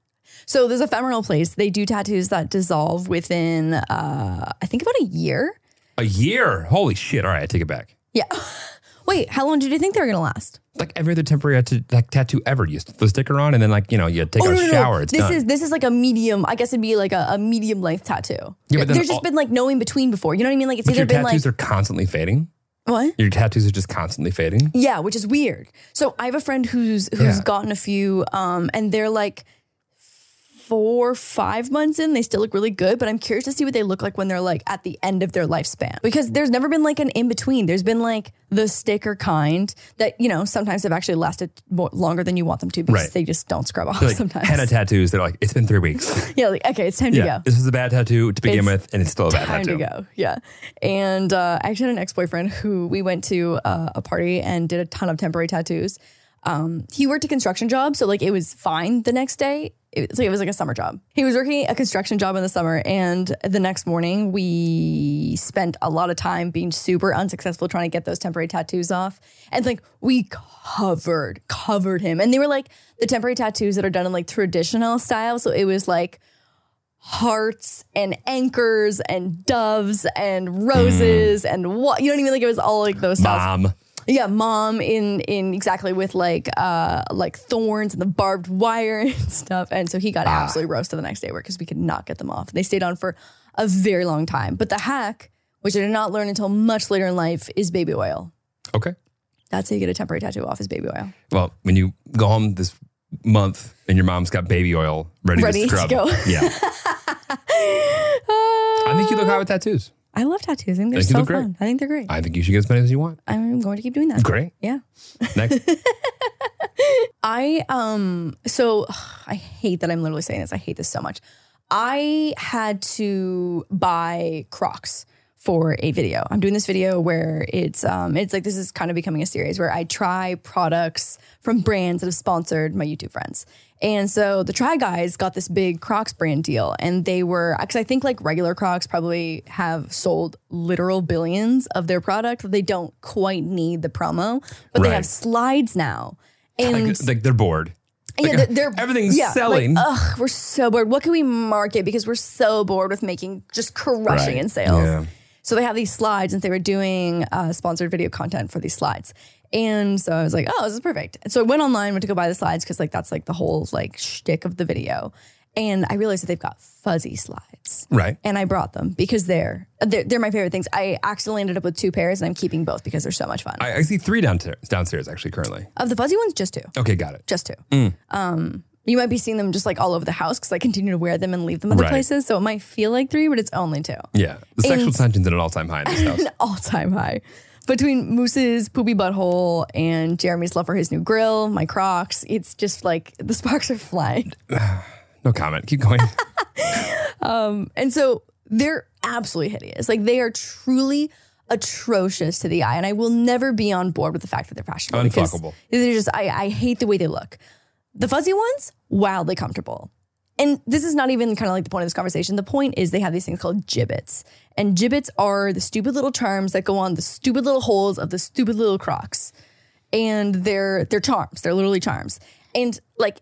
So there's ephemeral place. They do tattoos that dissolve within, uh, I think, about a year.
A year. Holy shit. All right. I take it back.
Yeah. Wait, how long did you think they were going to last?
Like every other temporary tattoo, like, tattoo ever. You stick the sticker on, and then like you know you
Oh,
take a shower. It's
this
done.
is this is like a medium. I guess it'd be like a, a medium length tattoo.
Yeah, but then
There's
all-
just been like no in between before. You know what I mean? Like it's
but
either
your
been
tattoos
like
are constantly fading.
what?
Your tattoos are just constantly fading.
Yeah, which is weird. So I have a friend who's who's
Yeah.
gotten a few, um, and they're like four, five months in. They still look really good, but I'm curious to see what they look like when they're like at the end of their lifespan. Because there's never been like an in between. There's been like the sticker kind that you know sometimes have actually lasted more, longer than you want them to because
Right.
they just don't scrub off
They're like
sometimes.
henna tattoos. They're like it's been three weeks.
yeah, like okay, it's time to go.
This is a bad tattoo to begin
It's
with, and it's still a bad
time
tattoo.
to go. Yeah. And uh, I actually had an ex boyfriend who we went to uh, a party and did a ton of temporary tattoos. Um, he worked a construction job, so like it was fine the next day. It was, it was like a summer job. He was working a construction job in the summer, and the next morning we spent a lot of time being super unsuccessful trying to get those temporary tattoos off. And like we covered, covered him. And they were like the temporary tattoos that are done in like traditional style. So it was like hearts and anchors and doves and roses and what you know what I mean? Like it was all like those styles.
Mom.
Yeah, mom in in exactly with like uh like thorns and the barbed wire and stuff. And so he got absolutely roasted the next day because we could not get them off. They stayed on for a very long time. But the hack, which I did not learn until much later in life, is baby oil.
Okay.
That's how you get a temporary tattoo off is baby oil.
Well, when you go home this month and your mom's got baby oil ready,
Ready
to
to
scrub.
go.
Yeah. I think you look hot with tattoos.
I love tattoos. I think they're
Think you
so
look great.
fun. I think they're great.
I think you should get as many as you want.
I'm going to keep doing that.
Great.
Yeah.
Next.
I um so I hate that I'm literally saying this. I hate this so much. I had to buy Crocs for a video. I'm doing this video where it's um it's like this is kind of becoming a series where I try products from brands that have sponsored my YouTube friends. And so the Try Guys got this big Crocs brand deal and they were cuz I think like regular Crocs probably have sold literal billions of their product. They don't quite need the promo, but they
Right.
have slides now. And
like, like they're bored.
yeah,
Like,
they're, they're-
everything's
yeah, like,
selling.
ugh, we're so bored. What can we market? Because we're so bored with making just crushing
Right.
in sales.
Yeah.
So they have these slides, and they were doing uh, sponsored video content for these slides. And so I was like, oh, this is perfect. And so I went online, went to go buy the slides because like that's like the whole like shtick of the video. And I realized that they've got fuzzy slides.
Right.
And I brought them because they're, they're they're my favorite things. I accidentally ended up with two pairs, and I'm keeping both because they're so much fun.
I, I see three downstairs, downstairs actually currently.
of the fuzzy ones, just two
Okay, got it.
just two. Um, you might be seeing them just like all over the house because I continue to wear them and leave them other
Right.
places. So it might feel like three, but it's only two.
Yeah. The sexual tension's at an all time high in this house.
An all time high. Between Moose's poopy butthole and Jeremy's love for his new grill, my Crocs, it's just like the sparks are flying.
No comment. Keep going.
And so they're absolutely hideous. Like they are truly atrocious to the eye. And I will never be on board with the fact that they're fashionable. because
Unfuckable.
They're just, I, I hate the way they look. The fuzzy ones, wildly comfortable. And this is not even kind of like the point of this conversation. The point is they have these things called gibbets. And gibbets are the stupid little charms that go on the stupid little holes of the stupid little crocs. And they're they're charms. They're literally charms. And like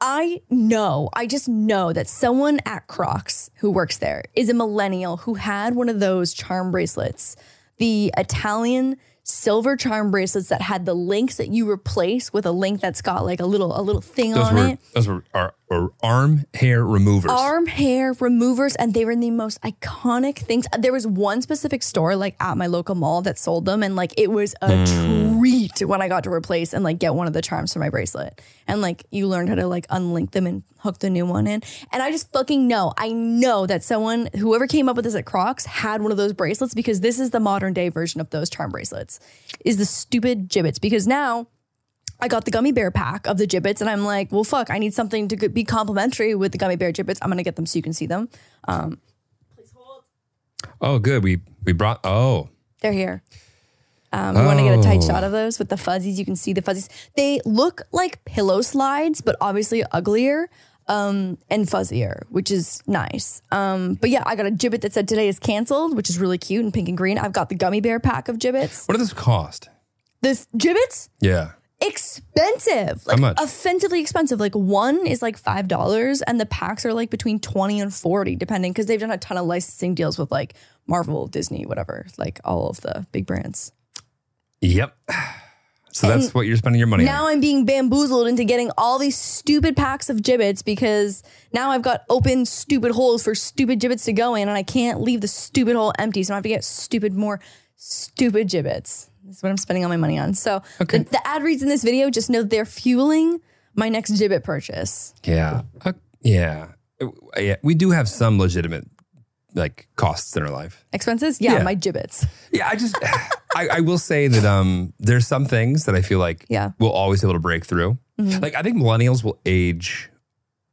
I know, I just know that someone at Crocs who works there is a millennial who had one of those charm bracelets, the Italian silver charm bracelets that had the links that you replace with a link that's got like a little a little thing
Those
on
were
it.
those were our, our arm hair removers.
Arm hair removers, and they were the most iconic things. There was one specific store, like at my local mall, that sold them, and like it was a treat when I got to replace and like get one of the charms for my bracelet. And like you learned how to like unlink them and hook the new one in. And I just fucking know, I know that someone, whoever came up with this at Crocs, had one of those bracelets because this is the modern day version of those charm bracelets, is the stupid gibbets. Because now, I got the gummy bear pack of the gibbets, and I'm like, well, fuck, I need something to g- be complimentary with the gummy bear gibbets. I'm gonna get them so you can see them. Um,
Oh, good. We we brought. Oh,
they're here. Um, You want to get a tight
Oh.
shot of those with the fuzzies? You can see the fuzzies. They look like pillow slides, but obviously uglier um, and fuzzier, which is nice. Um, but yeah, I got a gibbet that said today is canceled, which is really cute and pink and green. I've got the gummy bear pack of gibbets.
what did this cost?
The f- gibbets
Yeah.
expensive. Like
much?
offensively expensive. Like one is like five dollars and the packs are like between 20 and 40, depending because they've done a ton of licensing deals with like Marvel, Disney, whatever, like all of the big brands.
Yep. So that's what you're spending your money
Now
on.
I'm being bamboozled into getting all these stupid packs of gibbets because now I've got open stupid holes for stupid gibbets to go in and I can't leave the stupid hole empty. So I have to get stupid more stupid gibbets. That's what I'm spending all my money on. So the, the ad reads in this video, just know they're fueling my next gibbet purchase.
Yeah. Uh, yeah. Uh, Yeah. We do have some legitimate like costs in our life.
Expenses? Yeah,
Yeah.
my gibbets.
Yeah. I just I, I will say that um there's some things that I feel like
Yeah. Mm-hmm.
we'll always be able to break through. Like I think millennials will age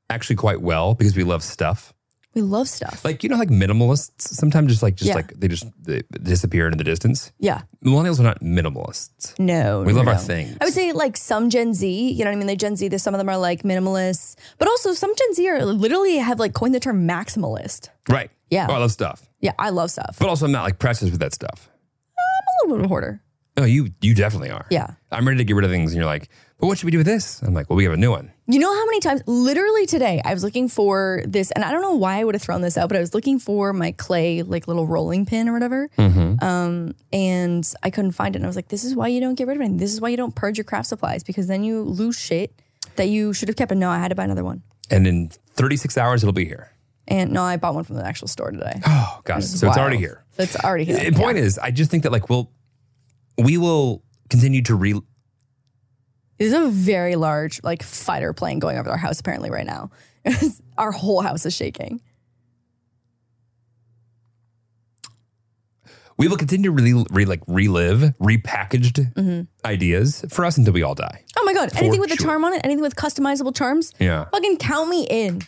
actually quite well because we love stuff.
We love stuff.
Like you know, like minimalists sometimes just like just
Yeah.
like they just they disappear into the distance.
yeah.
Millennials are not minimalists.
No.
We
no,
love our
no.
things.
I would say like some Gen Z, you know what I mean? They Gen Z, there's some of them are like minimalists, but also some Gen Z are literally have like coined the term maximalist.
Right.
Yeah.
Oh, I love stuff.
Yeah, I love stuff.
But also I'm not like precious with that stuff.
I'm a little bit of a hoarder.
No, you you definitely are.
Yeah.
I'm ready to get rid of things and you're like, but what should we do with this? I'm like, well, we have a new one.
You know how many times, literally today, I was looking for this, and I don't know why I would have thrown this out, but I was looking for my clay, like little rolling pin or whatever.
Mm-hmm.
Um, and I couldn't find it. And I was like, this is why you don't get rid of anything. This is why you don't purge your craft supplies because then you lose shit that you should have kept. And no, I had to buy another one.
And in 36 hours it'll be here.
And no, I bought one from the actual store today.
Oh, got it. So it's already
Wild.
here.
So it's already here.
The point is, I just think that like we'll we will continue to re
There's a very large like fighter plane going over our house apparently right now. our whole house is shaking.
we will continue to really re, like relive repackaged
Mm-hmm.
ideas for us until we all die.
Oh my god! Anything with a
sure.
charm on it, anything with customizable charms,
Yeah.
fucking count me in.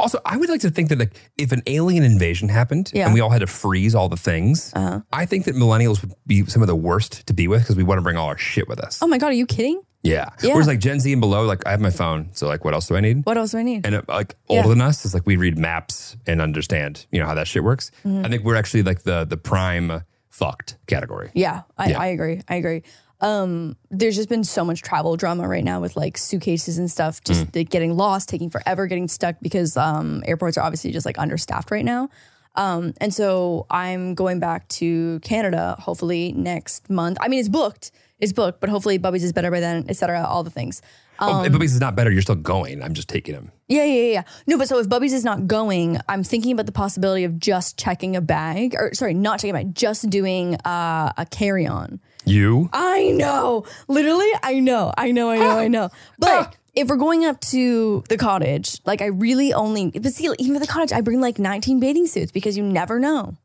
Also, I would like to think that like if an alien invasion happened
Yeah. Uh-huh.
and we all had to freeze all the things, I think that millennials would be some of the worst to be with because we want to bring all our shit with us.
Oh my god, are you kidding?
Yeah.
Yeah.
Whereas like Gen Z and below, like I have my phone, so like what else do I need?
What else do I need?
And uh, like
Yeah.
older than us, it's like we read maps and understand, you know, how that shit works.
Mm-hmm.
I think we're actually like the the prime fucked category.
yeah, I,
Yeah.
I agree. I agree. Um, there's just been so much travel drama right now with like suitcases and stuff, just like, getting lost, taking forever, getting stuck because um, airports are obviously just like understaffed right now. Um, and so I'm going back to Canada hopefully next month. I mean, it's booked, it's booked, but hopefully Bubby's is better by then, et cetera, all the things. Um,
oh, but because it's not better, you're still going. I'm just taking him.
Yeah, yeah, yeah, yeah. No, but so if Bubby's is not going, I'm thinking about the possibility of just checking a bag, or sorry, not checking a bag, just doing uh, a carry on.
You?
I know, literally, I know, I know, I know, I know. But if we're going up to the cottage, like I really only, but see, even at the cottage, I bring like 19 bathing suits because you never know.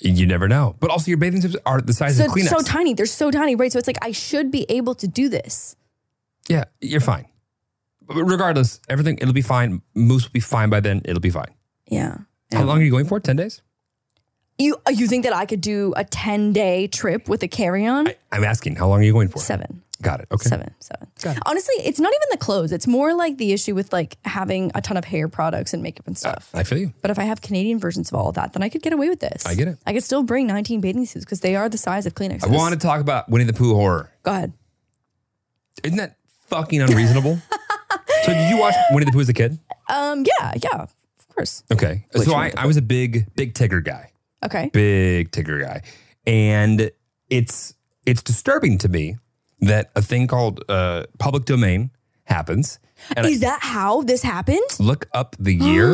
You never know. But also your bathing suits are the size
So
of
it's
Kleenex.
so tiny, they're so tiny, right? So it's like I should be able to do this.
yeah, you're fine. But regardless, everything it'll be fine. Moose will be fine by then. It'll be fine.
Yeah.
How long are you going for? Ten days?
You uh, you think that I could do a 10 day trip with a carry on?
I'm asking. How long are you going for?
Seven.
Got it. Okay.
Seven, seven. Honestly, it's not even the clothes. It's more like the issue with like having a ton of hair products and makeup and stuff.
I feel you.
but if I have Canadian versions of all of that, then I could get away with this.
I get it.
I could still bring 19 bathing suits because they are the size of Kleenex.
I want to talk about Winnie the Pooh horror.
Go ahead.
Isn't that fucking unreasonable? so did you watch Winnie the Pooh as a kid?
Um, yeah, yeah, of course.
Okay. so
Winnie
I, I was a big, big Tigger guy.
Okay.
Big Tigger guy. and it's it's disturbing to me that a thing called uh, public domain happens. And I-
Is that how this happened?
look up the year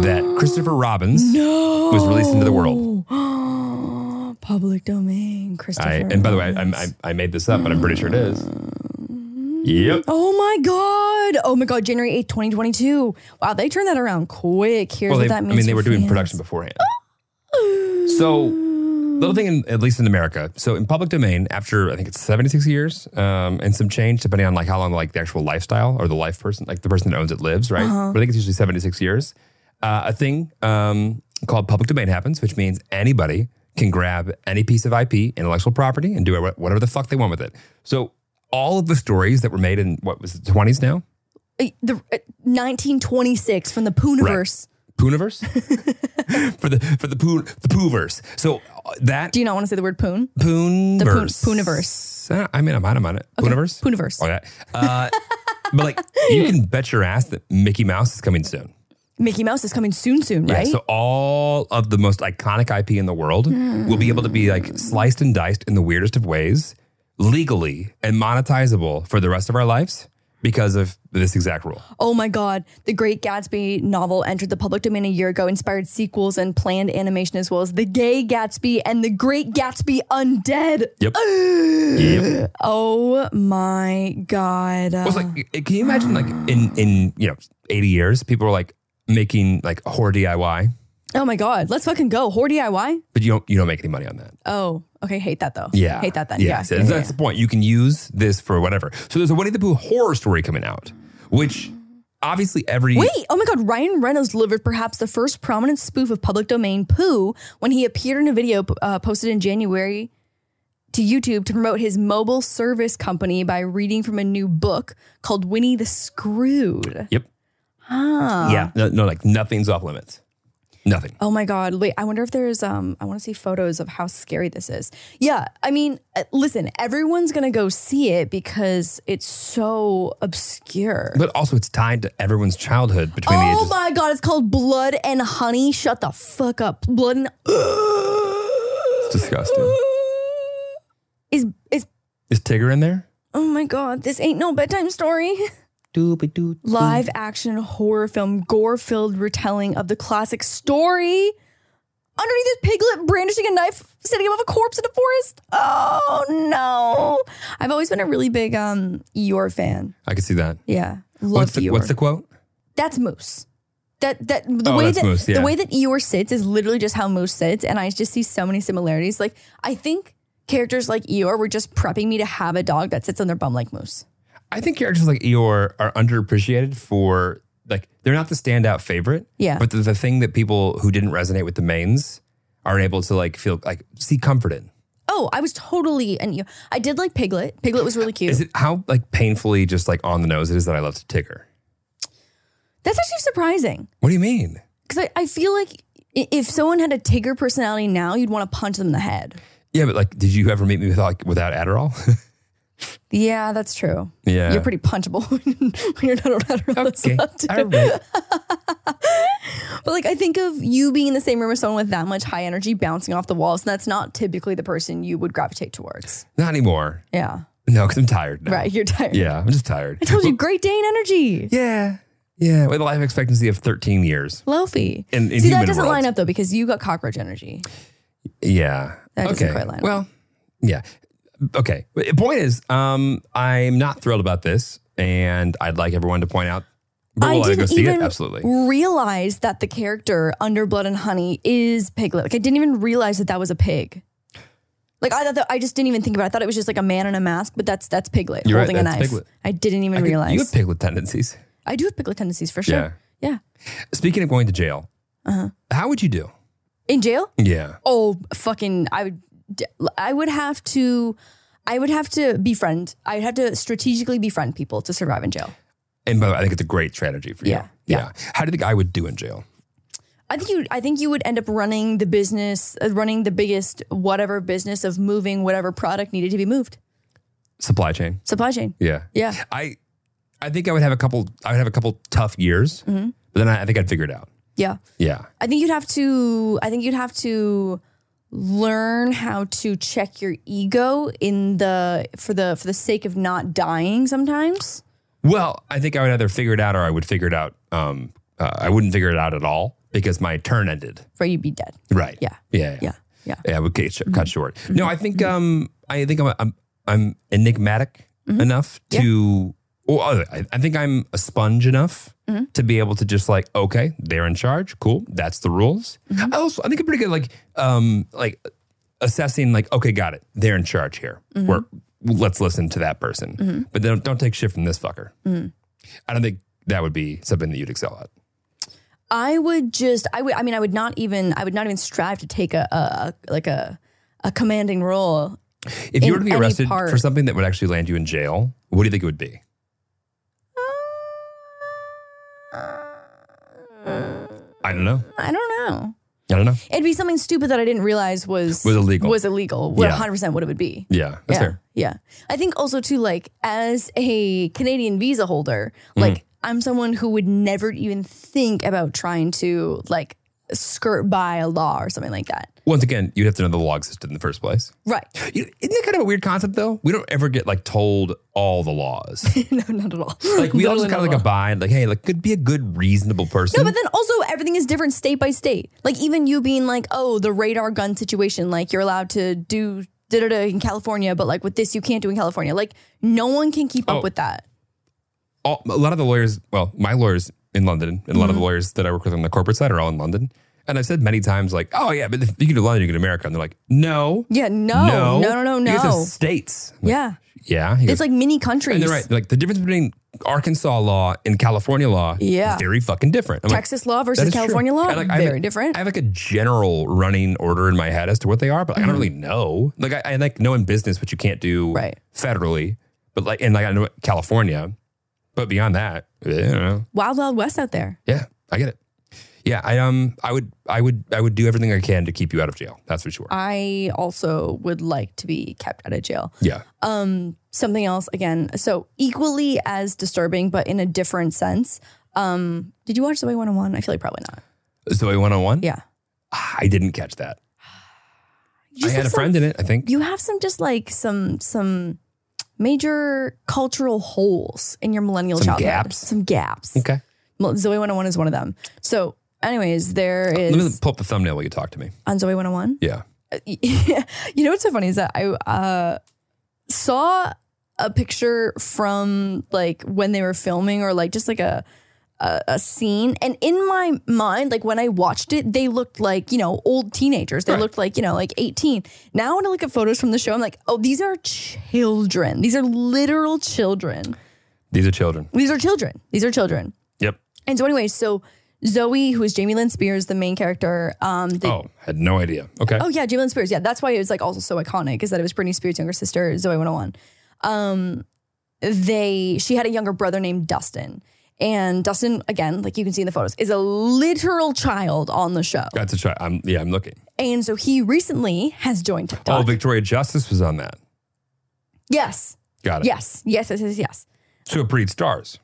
that Christopher Robbins was released into the world.
Oh, Public domain, Christopher.
I, and by the way, I, I, I made this up, but I'm pretty sure it is. Yep.
oh my God. Oh my God. January 8th, 2022. Wow, they turned that around quick. Here's
Well,
what
they, I
that means.
mean, they
for
were doing
fans.
production beforehand. so, little thing, in, at least in America. So, in public domain, after I think it's 76 years um, and some change, depending on like how long like the actual lifestyle or the life person, like the person that owns it lives, right?
Uh-huh.
But I think it's usually 76 years. Uh, a thing um, called public domain happens, which means anybody can grab any piece of IP, intellectual property, and do wha- whatever the fuck they want with it. So, all of the stories that were made in what was it, the 20s now?
Uh, The, uh, 1926 from the Pooniverse.
Pooniverse? for the for the poo the pooverse. So uh, that
Do you not want to say the word poon?
poonverse.
The poon- pooniverse.
Uh, I mean, I might, I might. Pooniverse.
pooniverse.
All right. Uh, but like, you can bet your ass that Mickey Mouse is coming soon.
Mickey Mouse is coming soon, soon,
Yeah.
right?
So all of the most iconic IP in the world
Hmm.
will be able to be like sliced and diced in the weirdest of ways, legally and monetizable for the rest of our lives because of this exact rule.
Oh my God. The Great Gatsby novel entered the public domain a year ago, inspired sequels and planned animation, as well as The Gay Gatsby and The Great Gatsby Undead.
Yep. yep.
Oh my God.
Well, it's like, eh, can you imagine, like in in you know, eighty years, people are like making like horror DIY,
oh my God. Let's fucking go. Whore DIY?
but you don't you don't make any money on that.
Oh, okay. Hate that though.
Yeah,
Hate that then.
Yeah,
Yeah.
so
yeah,
that's
yeah.
the point. You can use this for whatever. So there's a Winnie the Pooh horror story coming out, which obviously every
Wait, oh my God, Ryan Reynolds delivered perhaps the first prominent spoof of public domain poo when he appeared in a video uh, posted in January to YouTube to promote his mobile service company by reading from a new book called Winnie the Screwed.
Yep. Yeah. No, no, like nothing's off limits. Nothing.
Oh my God. Wait, I wonder if there's, um, I want to see photos of how scary this is. Yeah. I mean, uh, listen, everyone's going to go see it because it's so obscure.
But also, it's tied to everyone's childhood between the
Oh
ages.
my god, it's called Blood and Honey. Shut the fuck up. Blood and It's
disgusting.
Is is
Is Tigger in there?
oh my god, this ain't no bedtime story. Live action horror film, gore filled retelling of the classic story. Underneath is Piglet brandishing a knife, sitting above a corpse in a forest. Oh no. I've always been a really big um Eeyore fan.
I could see that.
Yeah. Love
What's the,
Eeyore.
what's the quote?
that's Moose. That that the
Oh,
way
that's
that
Moose, yeah.
the way that Eeyore sits is literally just how Moose sits, and I just see so many similarities. Like I think characters like Eeyore were just prepping me to have a dog that sits on their bum like Moose.
I think characters like Eeyore are underappreciated for like they're not the standout favorite.
Yeah.
But the, the thing that people who didn't resonate with the mains are able to like feel like see comfort in.
Oh, I was totally an Eeyore. I did like Piglet. Piglet was really cute.
Is it how like painfully just like on the nose it is that I love to ticker?
that's actually surprising
What do you mean?
because I, I feel like i- if someone had a Tigger personality now, you'd want to punch them in the head.
Yeah, but like, did you ever meet me with like without Adderall?
Yeah, that's true.
yeah,
You're pretty punchable when you're not on Adderall. as
okay.
well, too.
All right.
But like I think of you being in the same room as someone with that much high energy bouncing off the walls, and that's not typically the person you would gravitate towards.
Not anymore.
Yeah.
No, because I'm tired now.
Right. You're tired.
Yeah, I'm just tired.
I told you, Great Dane energy.
Yeah, yeah. With a life expectancy of 13 years.
Lofi.
In- in
See,
human
that doesn't
world.
line up though, because you got cockroach energy.
Yeah.
That doesn't quite line up.
Well, yeah. Okay. But the point is, um, I'm not thrilled about this, and I'd like everyone to point out. But
I
we'll
didn't
go see
even
it. Absolutely.
realize that the character under Blood and Honey is Piglet. Like I didn't even realize that that was a pig. Like I thought, that, I just didn't even think about. it. I thought it was just like a man in a mask, but that's that's Piglet
You're right,
holding a
that's
knife.
Piglet.
I didn't even
I could-
realize.
you have piglet tendencies.
I do have Piglet tendencies for sure. yeah.
Speaking of going to jail,
Uh-huh.
how would you do?
In jail.
Yeah.
oh fucking i would d- i would have to i would have to befriend i would have to strategically befriend people to survive in jail
And by the way, I think it's a great strategy for you.
Yeah, yeah.
How do you think I would do in jail?
i think you i think you would end up running the business uh, running the biggest whatever business of moving whatever product needed to be moved
Supply chain.
supply chain
Yeah.
yeah
I, I think I would have a couple. I would have a couple tough years,
Mm-hmm.
but then I, I think I'd figure it out.
yeah
Yeah.
i think you'd have to i think you'd have to learn how to check your ego in the for the for the sake of not dying sometimes.
Well, I think I would either figure it out or I would figure it out. Um, uh, I wouldn't figure it out at all because my turn ended.
For you'd be dead.
Right.
Yeah.
Yeah.
Yeah. Yeah.
Yeah. We cut, sh- cut short. No, I think um, I think I'm I'm, I'm enigmatic enough to. Well, I, I think I'm a sponge enough to be able to just like, okay, they're in charge. Cool. That's the rules. I also I think I'm pretty good like um like assessing like, okay, got it. They're in charge here. We're let's listen to that person. But don't don't take shit from this fucker. I don't think that would be something that you'd excel at.
I would just I would I mean I would not even I would not even strive to take a, a a- like a a commanding role.
If you
In
were to be
any
arrested
part.
for something that would actually land you in jail, what do you think it would be?
Uh,
I don't know.
I don't know.
I don't know.
It'd be something stupid that I didn't realize was
Was illegal.
Was illegal. One
Yeah.
hundred percent what it would be.
Yeah, that's
yeah.
fair.
Yeah. I think also too, like as a Canadian visa holder,
Mm-hmm.
like I'm someone who would never even think about trying to like skirt by a law or something like that.
Once again, you'd have to know the law existed in the first place.
Right.
You- Isn't that kind of a weird concept, though? We don't ever get like told all the laws.
no, not at all.
Like we all
Literally
just kind of
not at
like
all.
abide. Like, hey, like, could be a good, reasonable person.
No, but then also everything is different state by state. Like even you being like, oh, the radar gun situation, like you're allowed to do da da da in California, but like with this you can't do in California. Like no one can keep
Oh.
up with that.
all, a lot of the lawyers, well, my lawyers in London, and a lot
Mm-hmm.
of the lawyers that I work with on the corporate side are all in London. And I've said many times, like, oh yeah, but if you can do London, you can do America. And they're like, no,
Yeah, no, no, Oh, no, no, no.
You guys have states. I'm like,
yeah.
yeah. He goes,
It's like mini countries.
and they're right. Like the difference between Arkansas law and California law,
Yeah.
very fucking different. I'm like,
Texas law
that
versus
is true.
California law,
And, like, I have
very
a-
different.
I have like a general running order in my head as to what they are, but like, I don't really know. Like I, I like know in business what you can't do
Mm-hmm. Right.
federally, but like and like I know what- California, but beyond that, I don't know.
Wild Wild West out there.
Yeah, I get it. Yeah, I um, I would, I would, I would do everything I can to keep you out of jail. That's for sure.
Uh, I also would like to be kept out of jail.
yeah,
Um, something else again. So equally as disturbing, but in a different sense. Um, did you watch The Way One on One? I feel like probably not.
so I one on one.
Yeah.
I didn't catch that.
You
I
just
had
have
a
some-
friend in it. I think.
You have some just like some some major cultural holes in your millennial
Some
childhood.
gaps?
Some gaps.
okay.
Well, Zoe 101 is one of them. So, anyways, there is
Let me pull up the thumbnail while you talk to me.
on Zoe 101.
Yeah.
you know what's so funny is that I uh, saw a picture from like when they were filming or like just like a, a a scene, and in my mind, like when I watched it, they looked like you know old teenagers. They
Right.
looked like you know like eighteen. Now when I look at photos from the show, I'm like, oh, these are children. These are literal children.
These are children.
These are children. These are children.
Yep.
And so anyway, so Zoe, who is Jamie Lynn Spears, the main character, um, the,
Oh, had no idea. Okay.
Oh yeah, Jamie Lynn Spears. Yeah, that's why it was like also so iconic is that it was Britney Spears' younger sister Zoe 101. Um, they she had a younger brother named Dustin, and Dustin again, like you can see in the photos, is a literal child on the show.
That's a try. I'm yeah. I'm looking.
And so he recently has joined
Oh,
TikTok.
Victoria Justice was on that.
yes,
Got it.
yes, yes, yes, yes, yes.
So it breed stars.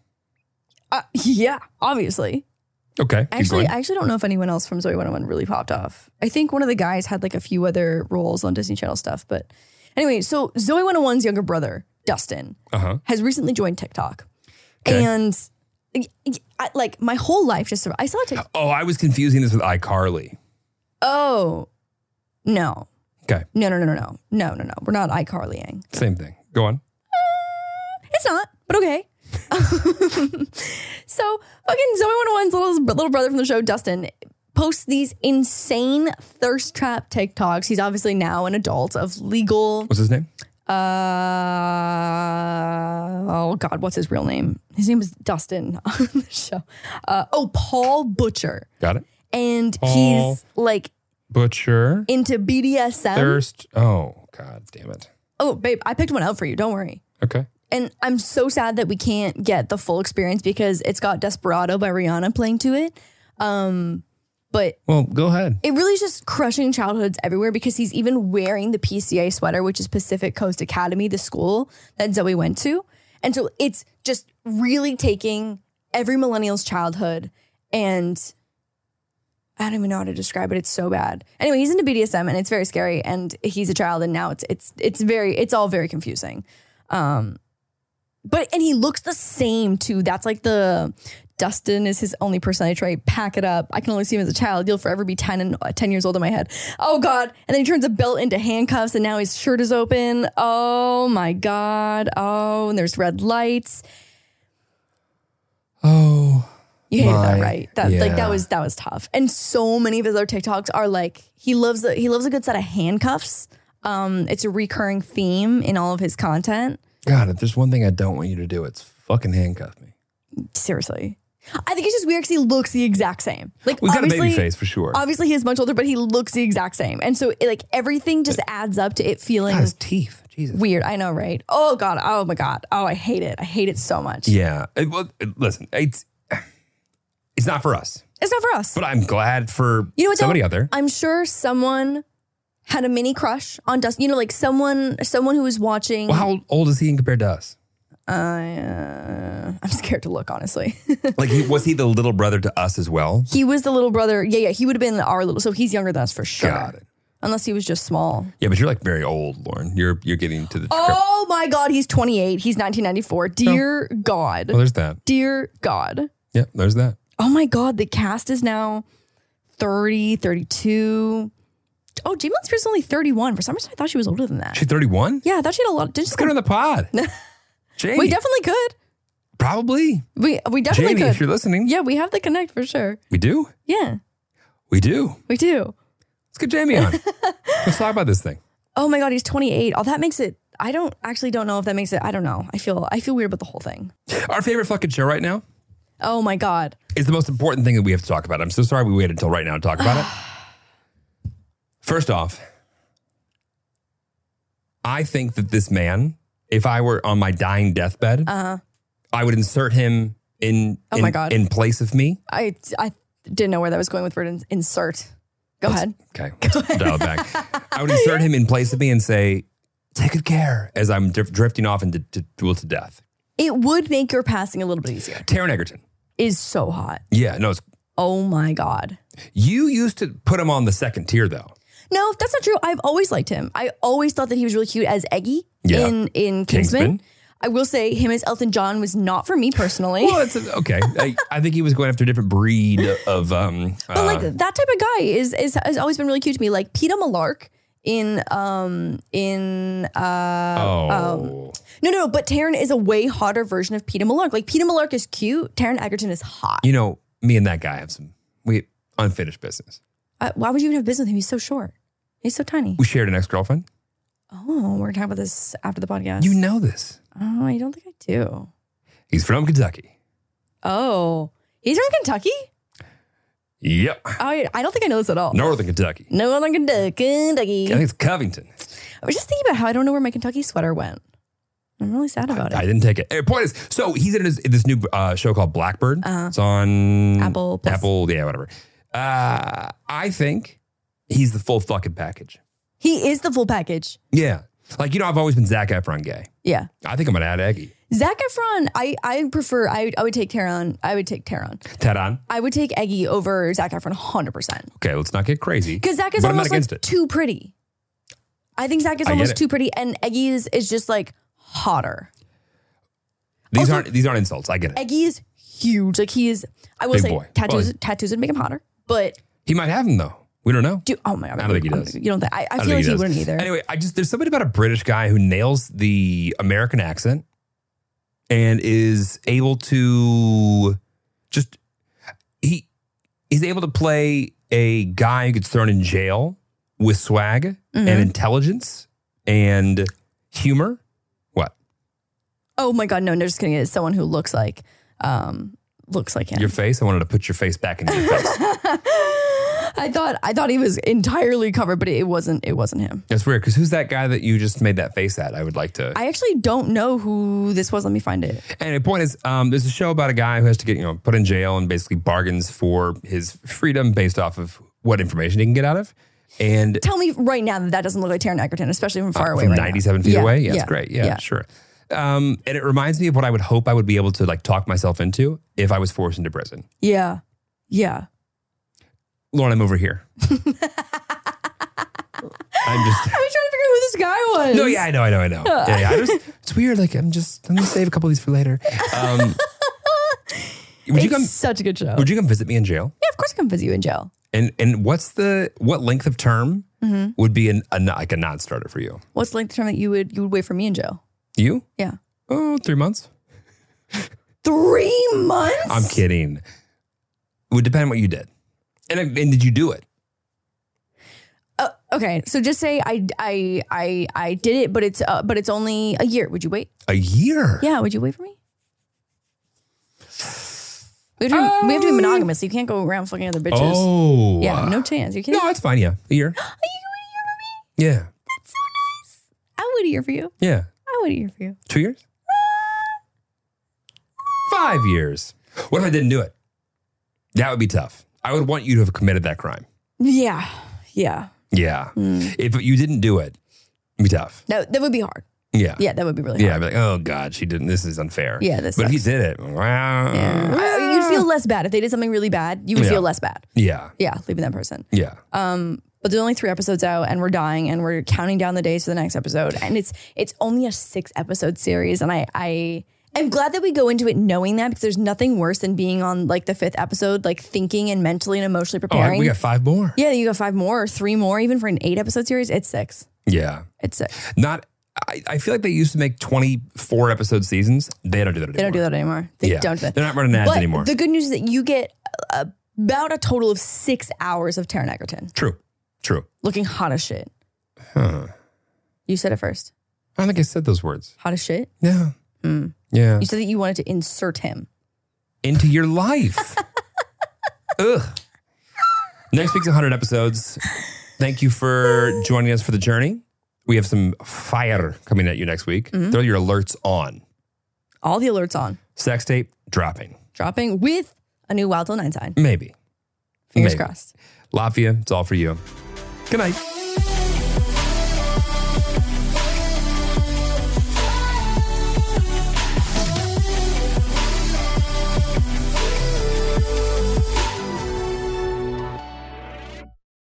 Uh, yeah, obviously.
Okay. keep
Actually,
going.
I actually don't know if anyone else from Zoe 101 really popped off. I think one of the guys had like a few other roles on Disney Channel stuff, but anyway, so Zoe 101's younger brother, Dustin,
Uh-huh.
has recently joined TikTok.
Okay.
And I, like my whole life just I saw TikTok.
oh, I was confusing this with iCarly.
Oh. No.
Okay.
No, no, no, no, no. No, no, no. We're not iCarlying.
Same thing. Go on.
It's not, but okay. so fucking Zoe 101's little, little brother from the show, Dustin, posts these insane thirst trap TikToks. He's obviously now an adult of legal.
What's his name?
Uh, oh God, what's his real name? His name was Dustin on the show. Uh, oh, Paul Butcher.
Got it.
And
Paul.
he's like
Butcher.
into BDSM.
Thirst. Oh, god damn it.
oh, babe, I picked one out for you. Don't worry.
Okay.
And I'm so sad that we can't get the full experience because it's got Desperado by Rihanna playing to it. Um, but
Well, go ahead.
it really is just crushing childhoods everywhere because he's even wearing the PCA sweater, which is Pacific Coast Academy, the school that Zoe went to. And so it's just really taking every millennial's childhood and I don't even know how to describe it. It's so bad. Anyway, he's into BDSM and it's very scary. And he's a child, and now it's it's it's very it's all very confusing. Um, but and he looks the same too. That's like the Dustin is his only personality trait. Pack it up. I can only see him as a child. You'll forever be ten and uh, ten years old in my head. Oh God! And then he turns a belt into handcuffs, and now his shirt is open. Oh my God! Oh, and there's red lights.
Oh.
You hated
My-
that, right? That like
yeah.
that was that was tough. And so many of his other TikToks are like he loves a, he loves a good set of handcuffs. Um, it's a recurring theme in all of his content.
God, if there's one thing I don't want you to do, it's fucking handcuff me.
Seriously, I think it's just weird because he looks the exact same. Like
Well, he's got a baby
obviously-
face for sure.
Obviously, he is much older, but he looks the exact same. And so, it, like everything just adds up to it feeling
God, his teeth. Jesus.
weird. I know, right? Oh God! Oh my God! Oh, I hate it! I hate it so much.
yeah. It- well, it- listen, it's it's not for us,
It's not for us.
but I'm glad for
You know what? though?
somebody out there.
I'm sure someone had a mini crush on Dustin. You know, like someone, someone who was watching.
Well, how old is he in compared to us?
Uh, I'm scared to look, honestly.
Like, he, was he the little brother to us as well?
he was the little brother. Yeah, yeah. He would have been our little. So he's younger than us for sure.
Got it.
Unless he was just small.
Yeah, but you're like very old, Lauren. You're you're getting to the.
Oh my God, he's 28. He's 1994. Dear
Well,
God.
there's that.
Dear God.
Yep, there's that.
Oh my God, the cast is now 30, 32. Oh, Jamie Lynn Spears is only 31. For some reason, I thought she was older than that.
She's 31.
Yeah, I thought she had a lot. Did
Let's
she
get her on the pod. Jamie,
We definitely could.
probably.
We we definitely
Jamie, if you're
could.
listening,
Yeah, we have the connect for sure.
we do.
Yeah,
We do.
we do.
Let's get Jamie on. Let's talk about this thing.
Oh my god, he's 28. Oh, that makes it. I don't actually don't know if that makes it. I don't know. I feel I feel weird about the whole thing.
Our favorite fucking show right now
Oh my god.
is the most important thing that we have to talk about. I'm so sorry we waited until right now to talk about it. First off, I think that this man, if I were on my dying deathbed,
Uh,
I would insert him in
Oh
in,
my God.
in place of me.
I I didn't know where that was going with word in- insert. Go ahead.
Okay, let's dial it back. I would insert him in place of me and say, "Take good care," as I'm drif- drifting off into to, well, to death.
It would make your passing a little bit easier.
Taron Egerton.
Is so hot.
Yeah, no, it's,
Oh my god.
you used to put him on the second tier though.
No, that's not true. I've always liked him. I always thought that he was really cute as Eggy
Yeah.
in in Kingsman.
Kingsman.
I will say him as Elton John was not for me personally.
Well, it's okay. I, I think he was going after a different breed of um.
But
uh,
like that type of guy is, is has always been really cute to me. Like Peter Malark in um in uh
oh,
no no no, but Taryn is a way hotter version of Peter Malark. Like Peter Malark is cute. Taryn Egerton is hot.
you know, me and that guy have some we unfinished business.
Uh, why would you even have business with him? He's so short. He's so tiny.
We shared an ex girlfriend.
Oh, we're gonna talk about this after the podcast.
You know this.
oh, I don't think I do.
He's from Kentucky.
Oh, he's from Kentucky.
Yep,
I I don't think I know this at all.
Northern Kentucky.
No, I'm Kentucky. Kentucky.
I think it's Covington.
I was just thinking about how I don't know where my Kentucky sweater went. I'm really sad about
I
it.
didn't take it. Eh, Point is, so he's in this, this new uh, show called Blackbird.
Uh-huh.
It's on
Apple Plus.
Apple, yeah, whatever. Uh, I think he's the full fucking package.
he is the full package.
Yeah, like you know, I've always been Zach Efron gay.
Yeah.
I think I'm gonna add Aggie.
Zac Efron, I, I prefer, I, I would take Taron. I would take Taron.
Ted on.
I would take Eggy over Zac Efron 100%.
Okay, let's not get crazy.
Because Zac is
but
almost
I'm not against
like
it.
too pretty. I think Zac is
I get
almost
it.
too pretty and Eggy is, is just like hotter.
These
Also-
aren't these aren't insults. I get it.
Eggy is huge. Like he is, I will
Big
say
boy.
tattoos,
Well,
tattoos would make him hotter, but
He might have them though. We don't know.
do, oh my God.
I don't think he does.
You don't think, I, I,
I
feel like
don't
he,
think
wouldn't
does.
either.
Anyway, I just there's something about a British guy who nails the American accent and is able to just he he's able to play a guy who gets thrown in jail with swag
Mm-hmm.
and intelligence and humor. What?
Oh my God. No, no, just kidding. It's someone who looks like, um, looks like him.
Your face? I wanted to put your face back into your face.
I thought I thought he was entirely covered, but it wasn't. It wasn't him.
That's weird because who's that guy that you just made that face at? I would like to.
I actually don't know who this was. Let me find it.
And the point is, um, there's a show about a guy who has to get you know put in jail and basically bargains for his freedom based off of what information he can get out of. And
Tell me right now that that doesn't look like Taron Egerton, especially from far away.
Uh, from
right now.
97 feet
Yeah,
away, yeah, it's great. Yeah, sure. Um, and it reminds me of what I would hope I would be able to like talk myself into if I was forced into prison.
yeah, yeah.
Lauren, I'm over here. I'm just.
I was trying to figure out who this guy was.
No, yeah, I know, I know, I know. Yeah, yeah. I just, it's weird. Like, I'm just, I'm gonna save a couple of these for later. Um, would
It's
you come?
such a good show.
Would you come visit me in jail?
yeah, of course I come visit you in jail.
And and what's the what length of term
Mm-hmm.
would be an, a no- like a non-starter for you?
What's the length of time that you would you would wait for me in jail?
You?
Yeah.
Oh, three months.
Three months?
I'm kidding. It would depend on what you did, and and did you do it?
Uh, okay, so just say I I I I did it, but it's uh, but it's only a year. Would you wait?
A year.
Yeah, would you wait for me? We have to be, we have to be monogamous. So you can't go around fucking other bitches.
Oh.
yeah, no chance. You can't.
No, it's fine. Yeah, a year. yeah.
I would hear for you.
Yeah.
I would hear for you.
Two years? Five years. What if I didn't do it? That would be tough. I would want you to have committed that crime.
Yeah, yeah.
Yeah.
Hmm.
If you didn't do it, it'd be tough.
That that would be hard.
Yeah.
Yeah, that would be really
Yeah. I'd
hard.
be like, oh God, she didn't. This is unfair.
Yeah, this
But if he did it, wow.
Yeah. Mm. I- You'd feel less bad if they did something really bad. You would
Yeah.
feel less bad.
Yeah.
Yeah, leaving that person.
Yeah.
Um, but there's only three episodes out, and we're dying, and we're counting down the days to the next episode. And it's it's only a six episode series, and I I I'm glad that we go into it knowing that because there's nothing worse than being on like the fifth episode, like thinking and mentally and emotionally
Oh, I-
preparing.
we got five more.
yeah, you got five more, or three more, even for an eight episode series. It's six.
Yeah.
It's six.
Not. I, I feel like they used to make 24 episode seasons. They don't do that anymore.
They don't do that anymore. They
Yeah.
don't do that.
They're not running ads
but
anymore.
The good news is that you get uh, about a total of six hours of Taryn Egerton
True. True.
looking hot as shit.
Huh.
You said it first.
I don't think I said those words.
Hot as shit.
Yeah.
Mm.
Yeah.
You said that you wanted to insert him.
into your life. Ugh. Next week's 100 episodes. Thank you for joining us for the journey. We have some fire coming at you next week.
Mm-hmm.
Throw your alerts on.
All the alerts on.
Sex tape dropping.
Dropping with a new Wild Till Nine sign.
Maybe.
Fingers
Maybe.
crossed.
Latvia, it's all for you. Good night.